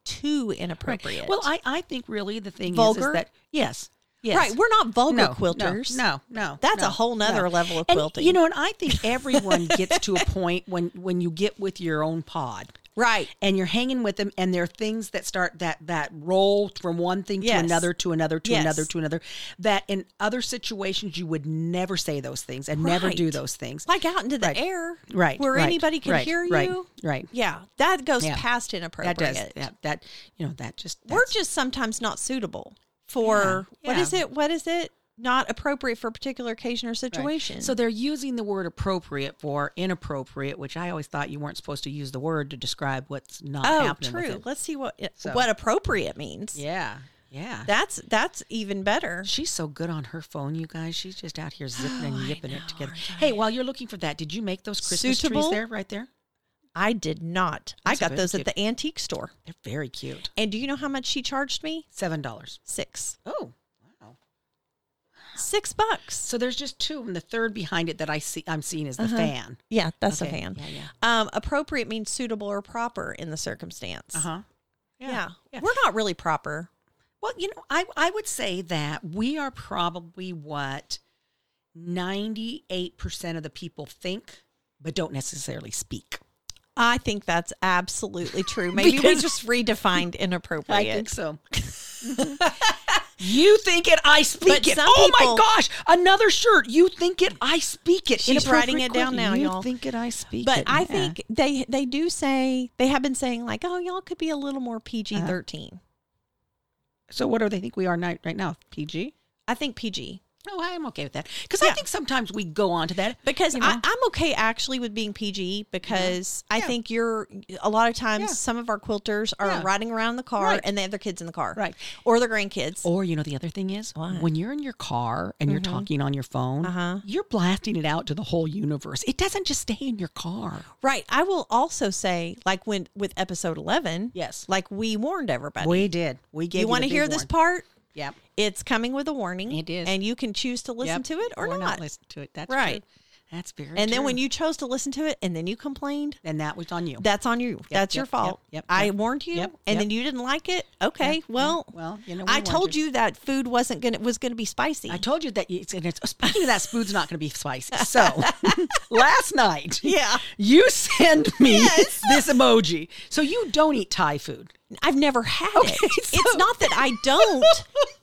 too inappropriate? Mm-hmm. Well, I, I think really the thing is- is, Vulgar? that yes, yes, right. We're not vulgar no, quilters. No, no, no, That's a no, whole nother no. level of And, quilting. you know, and I think everyone gets to a point when when you get with your own pod right? and you're hanging with them and there are things that start that that roll from one thing Yes. to another to another to Yes. another to another that in other situations you would never say those things and never do Right. those things Like out into the air, right Where right, anybody can right, hear right, you. right Yeah, that goes Yeah. past that inappropriate. does that, that you know that just We're just sometimes not suitable for Yeah. what Yeah. is it? What is it? Not appropriate for a particular occasion or situation. So they're using the word appropriate for inappropriate, which I always thought you weren't supposed to use the word to describe what's not oh, happening. with true. it. Let's see what it- So- what appropriate means. Yeah. Yeah. That's that's even better. She's so good on her phone, you guys. She's just out here zipping and yipping it together. Hey, while you're looking for that, did you make those Christmas Suitable? trees there, right there? I did not. That's I got good. those at Good. the antique store. They're very cute. And do you know how much she charged me? Seven dollars. Six. Oh, wow. Six bucks. So there's just two, and the third behind it that I see, I'm seeing is the Uh-huh. fan. Yeah, that's Okay, a fan. yeah, yeah. Um, appropriate means suitable or proper in the circumstance. Uh huh. Uh-huh. Yeah. We're not really proper. Well, you know, I I would say that we are probably what ninety eight percent of the people think, but don't necessarily speak. I think that's absolutely true. Maybe we Because- just redefined inappropriate. I think so. Mm-hmm. you think it, I speak But it. some Oh people- my gosh, another shirt. You think it, I speak it. She's writing Inappropriate it down question. now, you y'all. think it, I speak But it. I Yeah. think they they do say they have been saying like, oh, y'all could be a little more PG 13 so. What do they think we are ni- right now? PG. I think PG Oh, I'm okay with that because Yeah. I think sometimes we go on to that. because You know? I, I'm okay actually with being PG because I Yeah. think you're a lot of times Yeah. some of our quilters are Yeah. riding around in the car Right. and they have their kids in the car Right. or their grandkids. Or you know the other thing is What? when you're in your car and you're talking on your phone, Uh-huh. you're blasting it out to the whole universe. It doesn't just stay in your car. Right. I will also say like when with episode 11, Yes. like we warned everybody. We did. We gave you want to hear this part? Yep. It's coming with a warning. It is. And you can choose to listen Yep. to it or, not. listen to it. That's Right. right. That's very. and then when true. you chose to listen to it and then you complained, and that was on you. that's on you. that's your yep, fault. yep, yep, I yep. warned you Yep, and yep. then you didn't like it. Okay. well, well, you know, we I warned told you. you that food wasn't going to was going to be spicy. I told you that you- it's, and it's speaking of that food's not going to be spicy. So last night, Yeah. you send me this emoji. So you don't eat Thai food. I've never had it. so- It's not that I don't.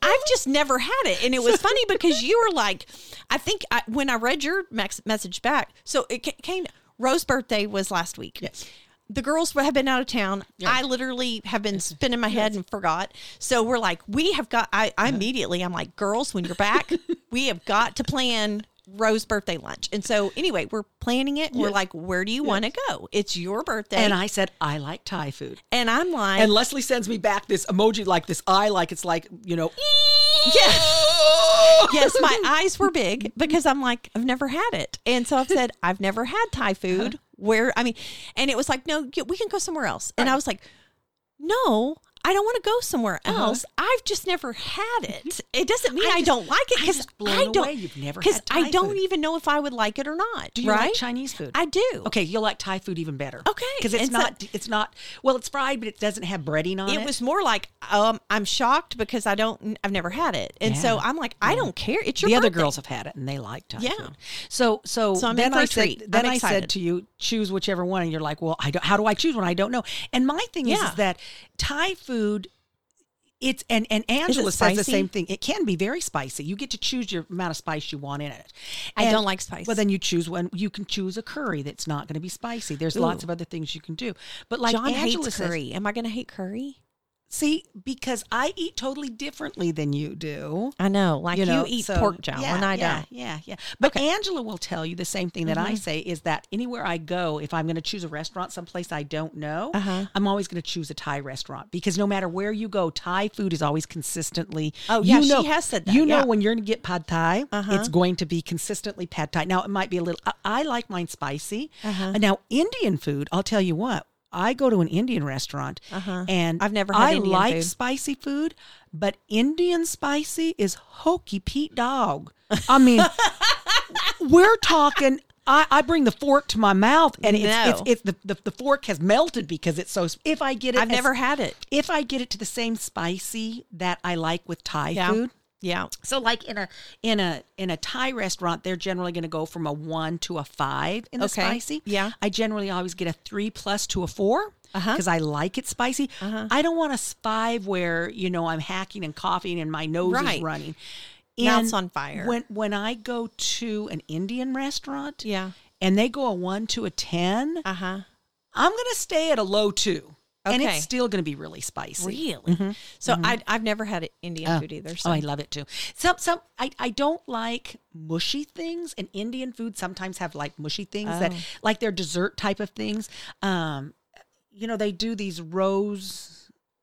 I've just never had it. And it was funny because you were like, I think I, when I read your mex- message back, so it ca- came, Rose's birthday was last week. Yes. The girls have been out of town. I literally have been spinning my head and forgot. So we're like, we have got, I, I immediately, I'm like, girls, when you're back, we have got to plan Rose's birthday lunch. And so anyway, we're planning it. We're like, where do you want to go? It's your birthday. And I said I like Thai food. and I'm like, And Leslie sends me back this emoji like this eye, like it's like, you know, yes, my eyes were big because I'm like, I've never had it. And so I've said, I've never had Uh-huh. Thai food. Where, I mean, and it was like, no, y- we can go somewhere else. And I was like, no, I don't want to go somewhere else. I've just never had it. It doesn't mean I, Uh-huh. don't Mm-hmm. just- like it I'm because just blown I away don't, you've never because had Thai I don't food. even know if I would like it or not. Do you right? like Chinese food? I do. Okay, you'll like Thai food even better. Okay, because it's and so- not, it's not. Well, it's fried, but it doesn't have breading on it. It was more like um, I'm shocked because I don't I've never had it, and so Yeah. I'm like I don't care. It's your the other birthday. girls have had it and they like Thai Yeah. food. So so, So I'm in then for I a said treat. I'm then I excited. said to you, choose whichever one, and you're like, well, I don't, how do I choose when I don't know? And my thing is, Yeah. is that Thai food. It's and and Angela says the spicy? same thing. It can be very spicy. You get to choose your amount of spice you want in it. I And- don't like spice. Well, then you choose one. You can choose a curry that's not going to be spicy. There's lots Ooh. of other things you can do. But like John Angela hates says, curry. Am I going to hate curry? see, because I eat totally differently than you do. I know. Like you, know, eat so- pork jowl yeah, and I yeah, don't. Mm-hmm. Yeah, yeah. But Angela will tell you the same thing that I say is that anywhere I go, if I'm going to choose a restaurant someplace I don't know, Uh-huh. I'm always going to choose a Thai restaurant because no matter where you go, Thai food is always consistently. Oh, yeah, she has said that, You know yeah. when you're going to get pad Thai, Uh-huh. it's going to be consistently pad Thai. Now it might be a little. I, I like mine spicy. Uh-huh. Now Indian food, I'll tell you what. I go to an Indian restaurant, and Uh-huh. I've never had I Indian like food. spicy food, but Indian spicy is hokey Pete dog. I mean, we're talking. I, I bring the fork to my mouth, and it's, it's, No. it's the, the the fork has melted because it's so. If I get it, I've as- never had it. If I get it to the same spicy that I like with Thai Yeah. food, Yeah. so like in a in a in a Thai restaurant, they're generally going to go from a one to a five in the Okay. spicy. Yeah. I generally always get a three plus to a four Uh-huh. because I like it spicy. I don't want a s- five where you know I'm hacking and coughing and my nose Right. is running. Now it's on fire. When when I go to an Indian restaurant, Yeah. and they go a one to a ten, Uh huh. I'm going to stay at a low two, and Okay. it's still going to be really spicy. Really? So I, I've never had it- Indian food either. So Mm-hmm. Oh, I love it too. Some some I, I don't like mushy things and Indian food sometimes have like mushy things Oh. that like their dessert type of things. Um you know, they do these rose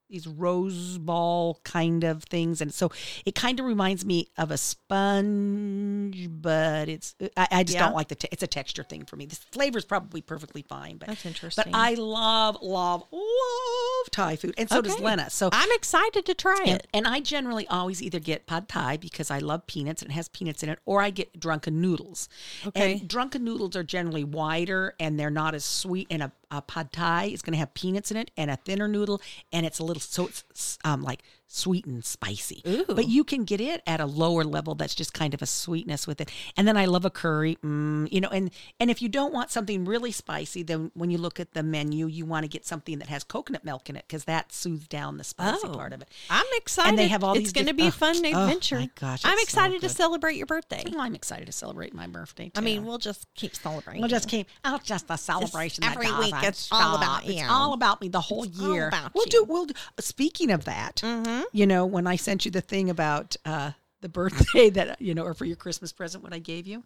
these rose ball kind of things and so it kind of reminds me of a sponge but it's i, I just Yeah. don't like the te- it's a texture thing for me the flavor's probably perfectly fine but That's but interesting. i love love love thai food and so does Okay. lena so I'm excited to try and, it. and I generally always either get pad thai because I love peanuts and it has peanuts in it, or I get drunken noodles. Okay. And drunken noodles are generally wider and they're not as sweet. And a, a pad thai is going to have peanuts in it and a thinner noodle, and it's a little so it's s- um, like sweet and spicy. But you can get it at a lower level that's just kind of a sweetness with it. And then I love a curry, mm, you know. And and if you don't want something really spicy, then when you look at the menu, you want to get something that has coconut milk in it because that soothes down the spicy Oh. part of it. I'm excited. have all it's these going to diff- be a oh, fun oh, adventure. my gosh, I'm it's so excited to good. celebrate your birthday. Well, I'm excited to celebrate my birthday. Too. I mean, we'll just keep celebrating. we'll just keep. I'll just the celebration. that every goes week on. it's all about It's you. all Mm-hmm. about me the whole all year. about we'll you. do. We'll do. Speaking of that, Mm-hmm. you know, when I sent you the thing about uh, the birthday that you know, or for your Christmas present, what I gave you,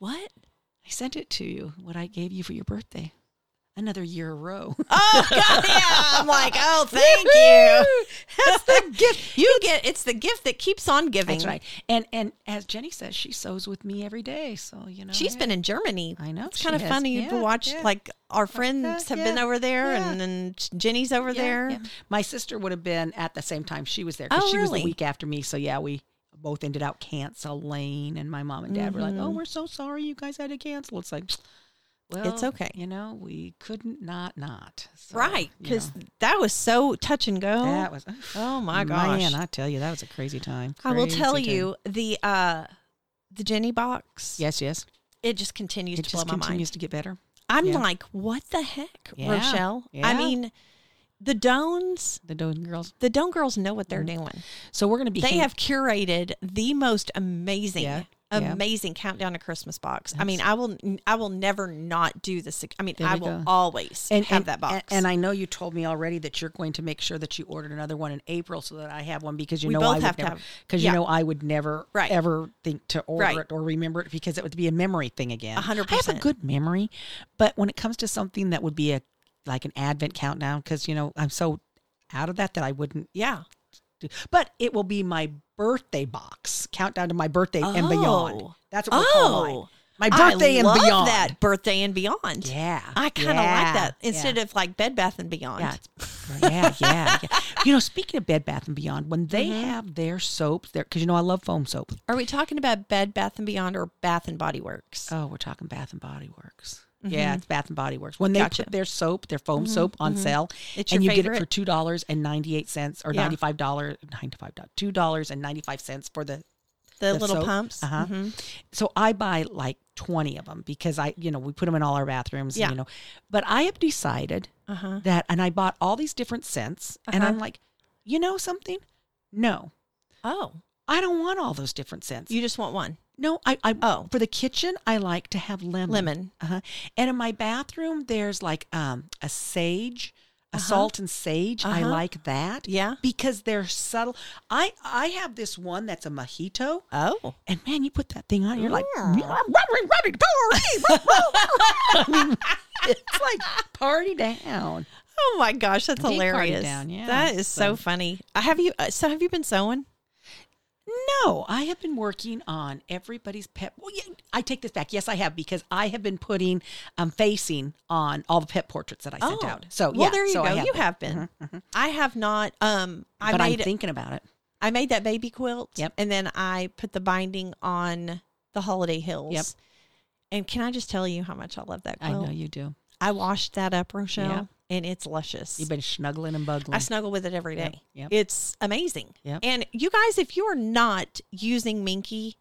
what? I sent it to you. What I gave you for your birthday, another year a row. Oh God, yeah. I'm like, oh, thank you. That's the gift. You get it's the gift that keeps on giving. That's right. And and as Jenny says, she sews with me every day. So you know, She's hey. been in Germany. I know, It's she kind of has. funny to Yeah, watch. yeah. Like our friends have been yeah, over there, yeah. and then Jenny's over Yeah, there. yeah. My sister would have been at the same time she was there because Oh, she was really? the week after me. So yeah, we both ended up canceling, and my mom and dad were like, Mm-hmm. "Oh, we're so sorry, you guys had to cancel." It's like, well, okay. You know, we couldn't not not So, Right, you because know, that was so touch and go. that was oh my gosh! man. I tell you, that was a crazy time. I will Crazy tell time. you the uh the Jenny box. Yes, yes. it just continues It to blow just my mind. continues to get better. I'm yeah. like, what the heck, Yeah, Rochelle? I yeah. mean, the Dones, The Doden girls. the Doan girls know what Mm. they're doing. So we're gonna be. They have curated the most amazing. Yeah, yeah. Amazing countdown to Christmas box. I mean, I will, I will never not do this. ag- I mean, There I we will go. always have that box. And, and I know you told me already that you're going to make sure that you ordered another one in April so that I have one because you We know both I would have to never have- because yeah. you know I would never Right. ever think to order Right. it or remember it because it would be a memory thing again. hundred I have percent. a good memory, but when it comes to something that would be a like an advent countdown because you know I'm so out of that that I wouldn't yeah, do. But it will be my birthday box countdown to my birthday and beyond. Oh. That's what we're calling mine. Oh. my birthday I and love beyond. That birthday and beyond. Yeah, I kind of like Yeah. that Yeah. instead of like Bed Bath and Beyond. Yeah, it's- yeah, yeah, yeah. You know, speaking of Bed Bath and Beyond, when they Mm-hmm. have their soaps, there because you know I love foam soap. Are we talking about Bed Bath and Beyond or Bath and Body Works? Oh, we're talking Bath and Body Works. Yeah, it's Bath and Body Works. When they Mm-hmm. Gotcha. Mm-hmm, put their soap, their foam soap on sale, It's and your you get it for favorite? two dollars and ninety eight cents or Yeah. ninety five dollars, ninety five dollars, two dollars and ninety five cents for the the, the little soap. pumps. Mm-hmm. Uh-huh. So I buy like 20 of them because I, you know, we put them in all our bathrooms, Yeah. you know. But I have decided Uh-huh. that, and I bought all these different scents, and Uh-huh. I'm like, you know something? No, Oh, I don't want all those different scents. you just want one. no, I, I, Oh. for the kitchen, I like to have lemon. Lemon. Uh-huh. And in my bathroom, there's like um, a sage, a salt and sage. I Uh-huh. like that. Yeah. Because they're subtle. I, I have this one that's a mojito. Oh. And man, you put that thing on, you're like, Yeah. I mean, it's like party down. Oh my gosh, that's party hilarious. down, yeah, That is so, funny. Uh, Have you uh, so have you been sewing? No, I have been working on everybody's pet. Well, yeah, I take this back. Yes, I have because I have been putting um, facing on all the pet portraits that I sent out. So Oh, well, yeah, there you so go. I Mm-hmm, you have been. I have not. Um, I but I'm made thinking about it. I made that baby quilt. Yep. And then I put the binding on the holiday hills. Yep. And can I just tell you how much I love that I quilt? know you do. I washed that up, Rochelle, Yeah. and it's luscious. You've been snuggling and I bugling. snuggle with it every day. Yep, yep. It's amazing. Yep. And you guys, if you are not using Minky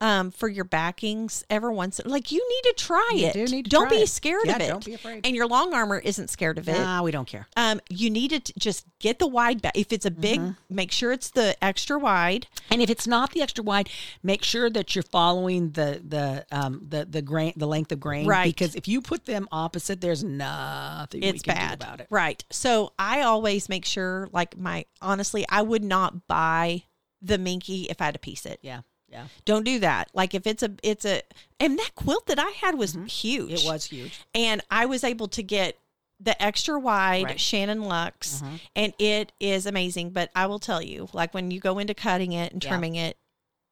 um, for your backings ever once, like you need to try You it. do need to not try be it. scared of Yeah, it. don't be afraid. And your long armor isn't scared of it. Nah, we don't care. Um, you need to t- just get the wide back. If it's a big, Mm-hmm. make sure it's the extra wide. And if it's not the extra wide, make sure that you're following the the um the the grain the length of grain, Right. Because if you put them opposite, there's nothing we It's can bad. do about it. Right. So I always make sure, like my honestly, I would not buy the Minky if I had to piece it. Yeah, yeah, Don't do that. Like if it's a it's a and that quilt that I had was huge. it Mm-hmm. was huge. And I was able to get the extra wide Right. Mm-hmm. Shannon Lux, and it is amazing. But I will tell you, like when you go into cutting it and Yeah. trimming it,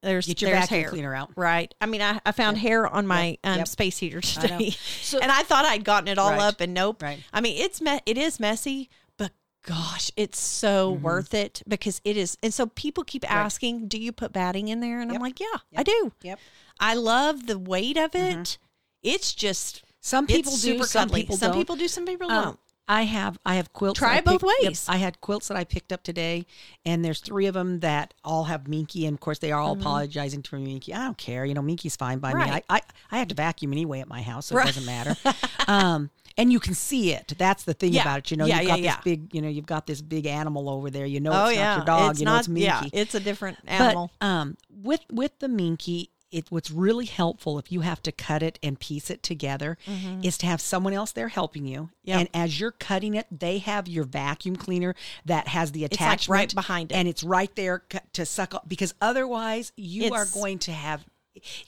there's Get your there's vacuum hair. cleaner out. Right. I mean, I, I found hair on my um, Yep. space heater I know. today, So- and I thought I'd gotten it all Right. up, and nope. Right. I mean, it's me- it is messy, but gosh, it's so Mm-hmm. worth it because it is. And so people keep asking, "Do you put batting in there?" And I'm like, "Yeah, I do. Yep. Mm-hmm. I love the weight of it. It's just Some it's people do. super Some cuddly. people some don't. people do. Some people Um, don't. I have I have quilts. Try that I both picked- yep, ways. I had quilts that I picked up today, and there's three of them that all have Minky, and of course they are all apologizing to Minky. I don't care, you know, Minky's fine by me. Mm-hmm. Right. I, I I have to vacuum anyway at my house, so Right. it doesn't matter. um, and you can see it. That's the thing Yeah. about it. You know, Yeah, you've yeah, got yeah. this big, you know, you've got this big animal over there. You know, oh it's yeah, not your dog. It's you know, not. it's Minky. Yeah, it's a different But, animal. um, with with the minky, it what's really helpful if you have to cut it and piece it together is to have someone else there helping you. Mm-hmm. Yep. And as you're cutting it, they have your vacuum cleaner that has the like, right attachment behind it. and it's right there cu- to suck up because otherwise you are It's going to have.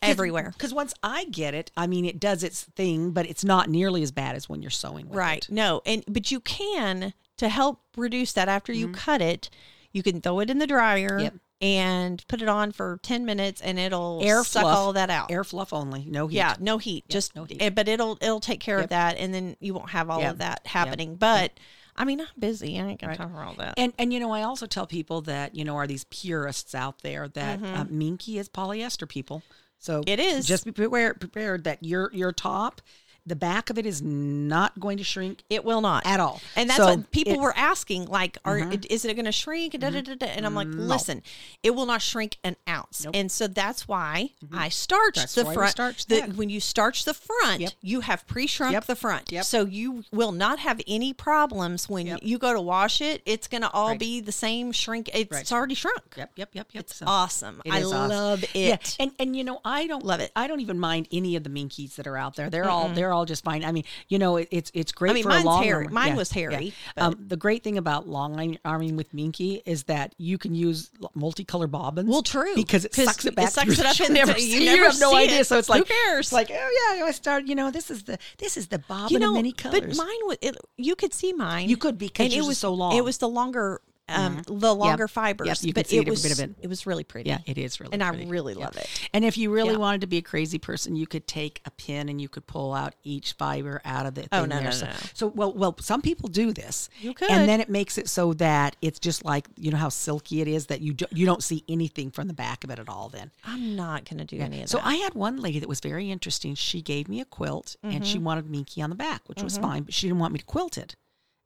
everywhere. Because once I get it, I mean, it does its thing, but it's not nearly as bad as when you're sewing with right. it. No, and but you can to help reduce that after you cut it, you can throw it in the dryer Mm-hmm. Yep. and put it on for ten minutes, and it'll Air suck fluff. all that out. Air fluff only, no heat. Yeah, no heat. just no heat. eh, but it'll it'll take care of that, and then you won't have all Yep. of that happening. But I mean, I'm busy. I ain't got time for all that. And and you know, I also tell people that you know are these purists out there that uh, Minky is polyester people. So Mm-hmm. It is. Just be prepared, prepared that your your top, the back of it is not going to shrink It will not at all. And that's So what people it- Mm-hmm. were asking, like, are is it going to shrink? Da, da, da, da. And I'm like, listen, it will not shrink an ounce. And so that's why I starched Mm-hmm. That's the why we front. starched the, that. when you starch the front, Yep. you have pre-shrunk Yep. the front, Yep. so you will not have any problems when you go to wash it. It's going to all Right. be the same shrink. It's Right. already shrunk. Yep, yep, yep, yep. So- Awesome. It I is awesome. love it. Yeah, and and you know I don't Love it. I don't even mind any of the minkies that are out there. They're all they're all just fine. I mean, you know, it, it's it's great. I mean, for mine's a long hairy. arm- Mine was hairy, Um, the great thing about long line arming with minky is that you can use l- multicolor bobbins. Well, true, because it 'cause sucks it it back. sucks through. it up You into- never you see- never have no see idea. it. So it's Who like cares? It's like oh yeah, I started. You know, this is the this is the bobbin of many But colors. mine was it, you could see mine. You could because yours is so long. Mm-hmm. It was the longer um the longer fibers. Yep, you could but see it every was bit of it. was really pretty. Yeah, it is really. and pretty. I really Yeah. love it. And if you really Yeah. wanted to be a crazy person, you could take a pin and you could pull out each fiber out of the thing Oh, no, there. no, so, no. so well, well, some people do this. You could. and then it makes it so that it's just like you know how silky it is that you do, you don't see anything from the back of it at all. Then I'm not going to do any of so that. I had one lady that was very interesting. She gave me a quilt and Mm-hmm. she wanted Minky on the back, which was fine, but she didn't want me to quilt it.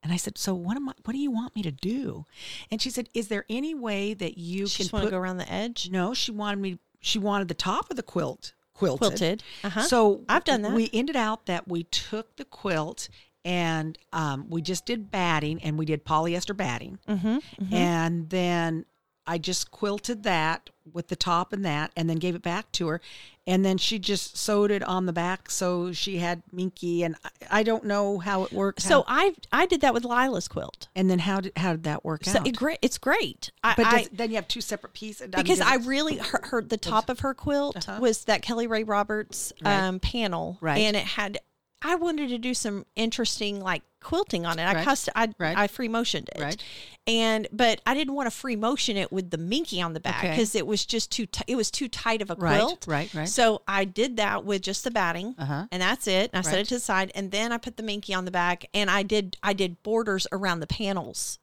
And I said, "So what am I? What do you want me to do?" And she said, "Is there any way that You you can just want put to go around the edge. no, she wanted me. She wanted the top of the quilt quilted. Quilted. Uh-huh. So I've done that. We ended out that we took the quilt and um, we just did batting, and we did polyester batting, Mhm. and then I just quilted that with the top and that, and then gave it back to her, and then she just sewed it on the back, so she had Minky, and I, I don't know how it worked. So how- I I did that with Lila's quilt. and then how did how did that work So out? it great. It's great. I, but I- does, then you have two separate pieces mean, because does I it- really her, her the top of her quilt Uh-huh. was that Kelly Ray Roberts Right. um, panel, Right. And it had I wanted to do some interesting like quilting on it. I Right. custom I Right. I free motioned it, Right. and but I didn't want to free motion it with the minky on the back Okay. because it was just too t- it was too tight of a Right, quilt, right, right. So I did that with just the batting, Uh-huh. and that's it. And I set Right. it to the side, and then I put the minky on the back, and I did I did borders around the panels.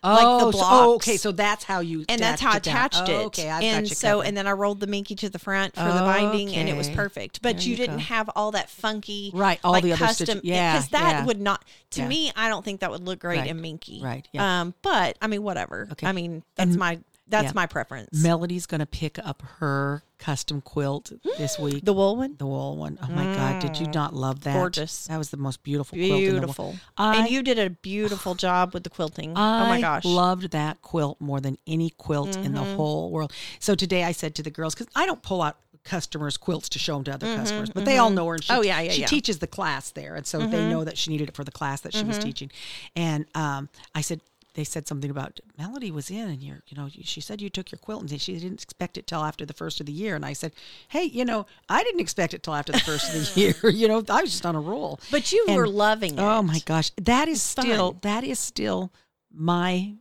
like the so- oh, okay. blocks. So that's how you and that's how I attached down. it. Oh, okay, I've and got you so, covered. and then I rolled the minky to the front for the binding, and it was Okay. perfect. But There you, you didn't go. have all that funky, Right, all like, the other custom, stitch- yeah, because that yeah. would not. To Yeah. me, I don't think that would look great Right, in minky. right, yeah. Um. But I mean, whatever. Okay. I mean, that's my that's yeah. my preference. Melody's going to pick up her custom quilt this week. the wool one, The wool one. Oh my God! Did you not love that? Gorgeous. That was the most beautiful. Quilt in the world. beautiful. I- and you did a beautiful job with the quilting. I oh my gosh. Mm-hmm. loved that quilt more than any quilt in the whole world. So today I said to the girls because I don't pull out customers' quilts to show them to other customers, but they all know her. And she, Mm-hmm, Oh, yeah, Mm-hmm. yeah, she yeah. teaches the Mm-hmm. class there, and so they know that she needed it for the class that she was teaching. And um, I said. they said something about Melody was in, and you're, you know, she said you took your quilt, and she didn't expect it till after the first of the year. And I said, hey, you know, I didn't expect it till after the first of the year. You know, I was just on a roll. But you And- were loving it. Oh my gosh, that is It's still fun. that is still my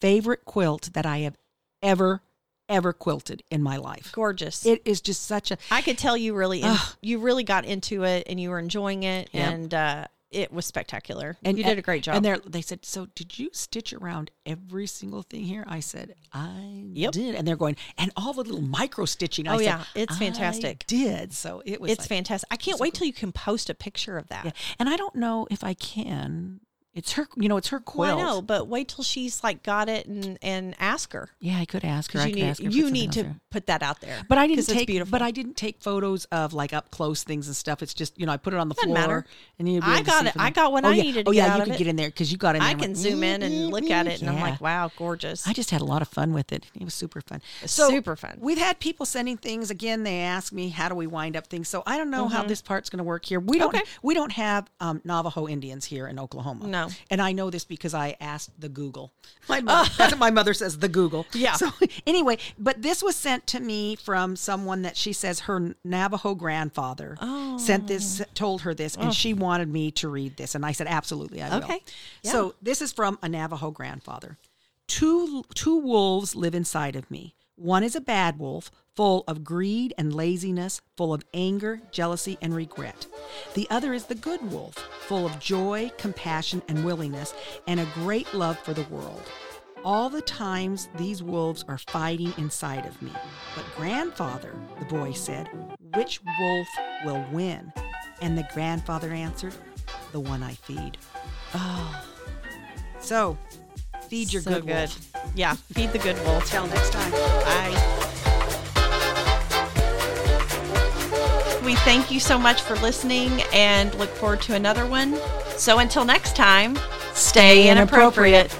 favorite quilt that I have ever ever quilted in my life. Gorgeous. It is just such a I could tell you really, in, Ugh. you really got into it and you were enjoying it, Yeah. and uh, it was spectacular. and you did a great job. And they they said, "So did you stitch around every single thing here?" I said, "I Yep. did." And they're going, "And all the little micro stitching." I Oh, said, yeah. It's "I fantastic." did so it was. it's like- fantastic. I can't wait till you can post a picture of that. yeah. And I don't know if I can. It's her. You know, it's her Well, quilt. I know, but wait till she's like got it and and ask her Yeah, I could ask her. because I you could need ask her if you it's need else to here. put that out there. But I didn't 'Cause it's take. beautiful. But I didn't take photos of like up close things and stuff. It's just you know I put it on the Doesn't floor. matter. And you'd be I able to got see it. from I there. got what oh, I yeah. needed to Oh get yeah, out you of could it. get in there because you got in there. I and can went, zoom in "Mm, and look mm, at it, and I'm yeah." like, wow, gorgeous. I just had a lot of fun with it. It was super fun. super fun. We've had people sending things. Again, they ask me how do we wind up things. So I don't know how this part's going to work here. We don't. Mm-hmm. Okay. We don't have um, Navajo Indians here in Oklahoma. No. And I know this because I asked the Google. My mother, that's what my mother says. The Google. Yeah. So anyway, but this was sent to me from someone that she says her Navajo grandfather Oh. sent this, told her this, and she wanted me to read this, and I said absolutely, I will. Okay. Yeah. So this is from a Navajo grandfather. Two two wolves live inside of me. One is a bad wolf, full of greed and laziness, full of anger, jealousy, and regret. The other is the good wolf, full of joy, compassion, and willingness, and a great love for the world. All the times these wolves are fighting inside of me. But grandfather, the boy said, which wolf will win? And the grandfather answered, the one I feed. So, feed your so good, good. wolf. Yeah, feed the good wolf. Till next time. Bye. We thank you so much for listening and look forward to another one. So until next time, stay inappropriate.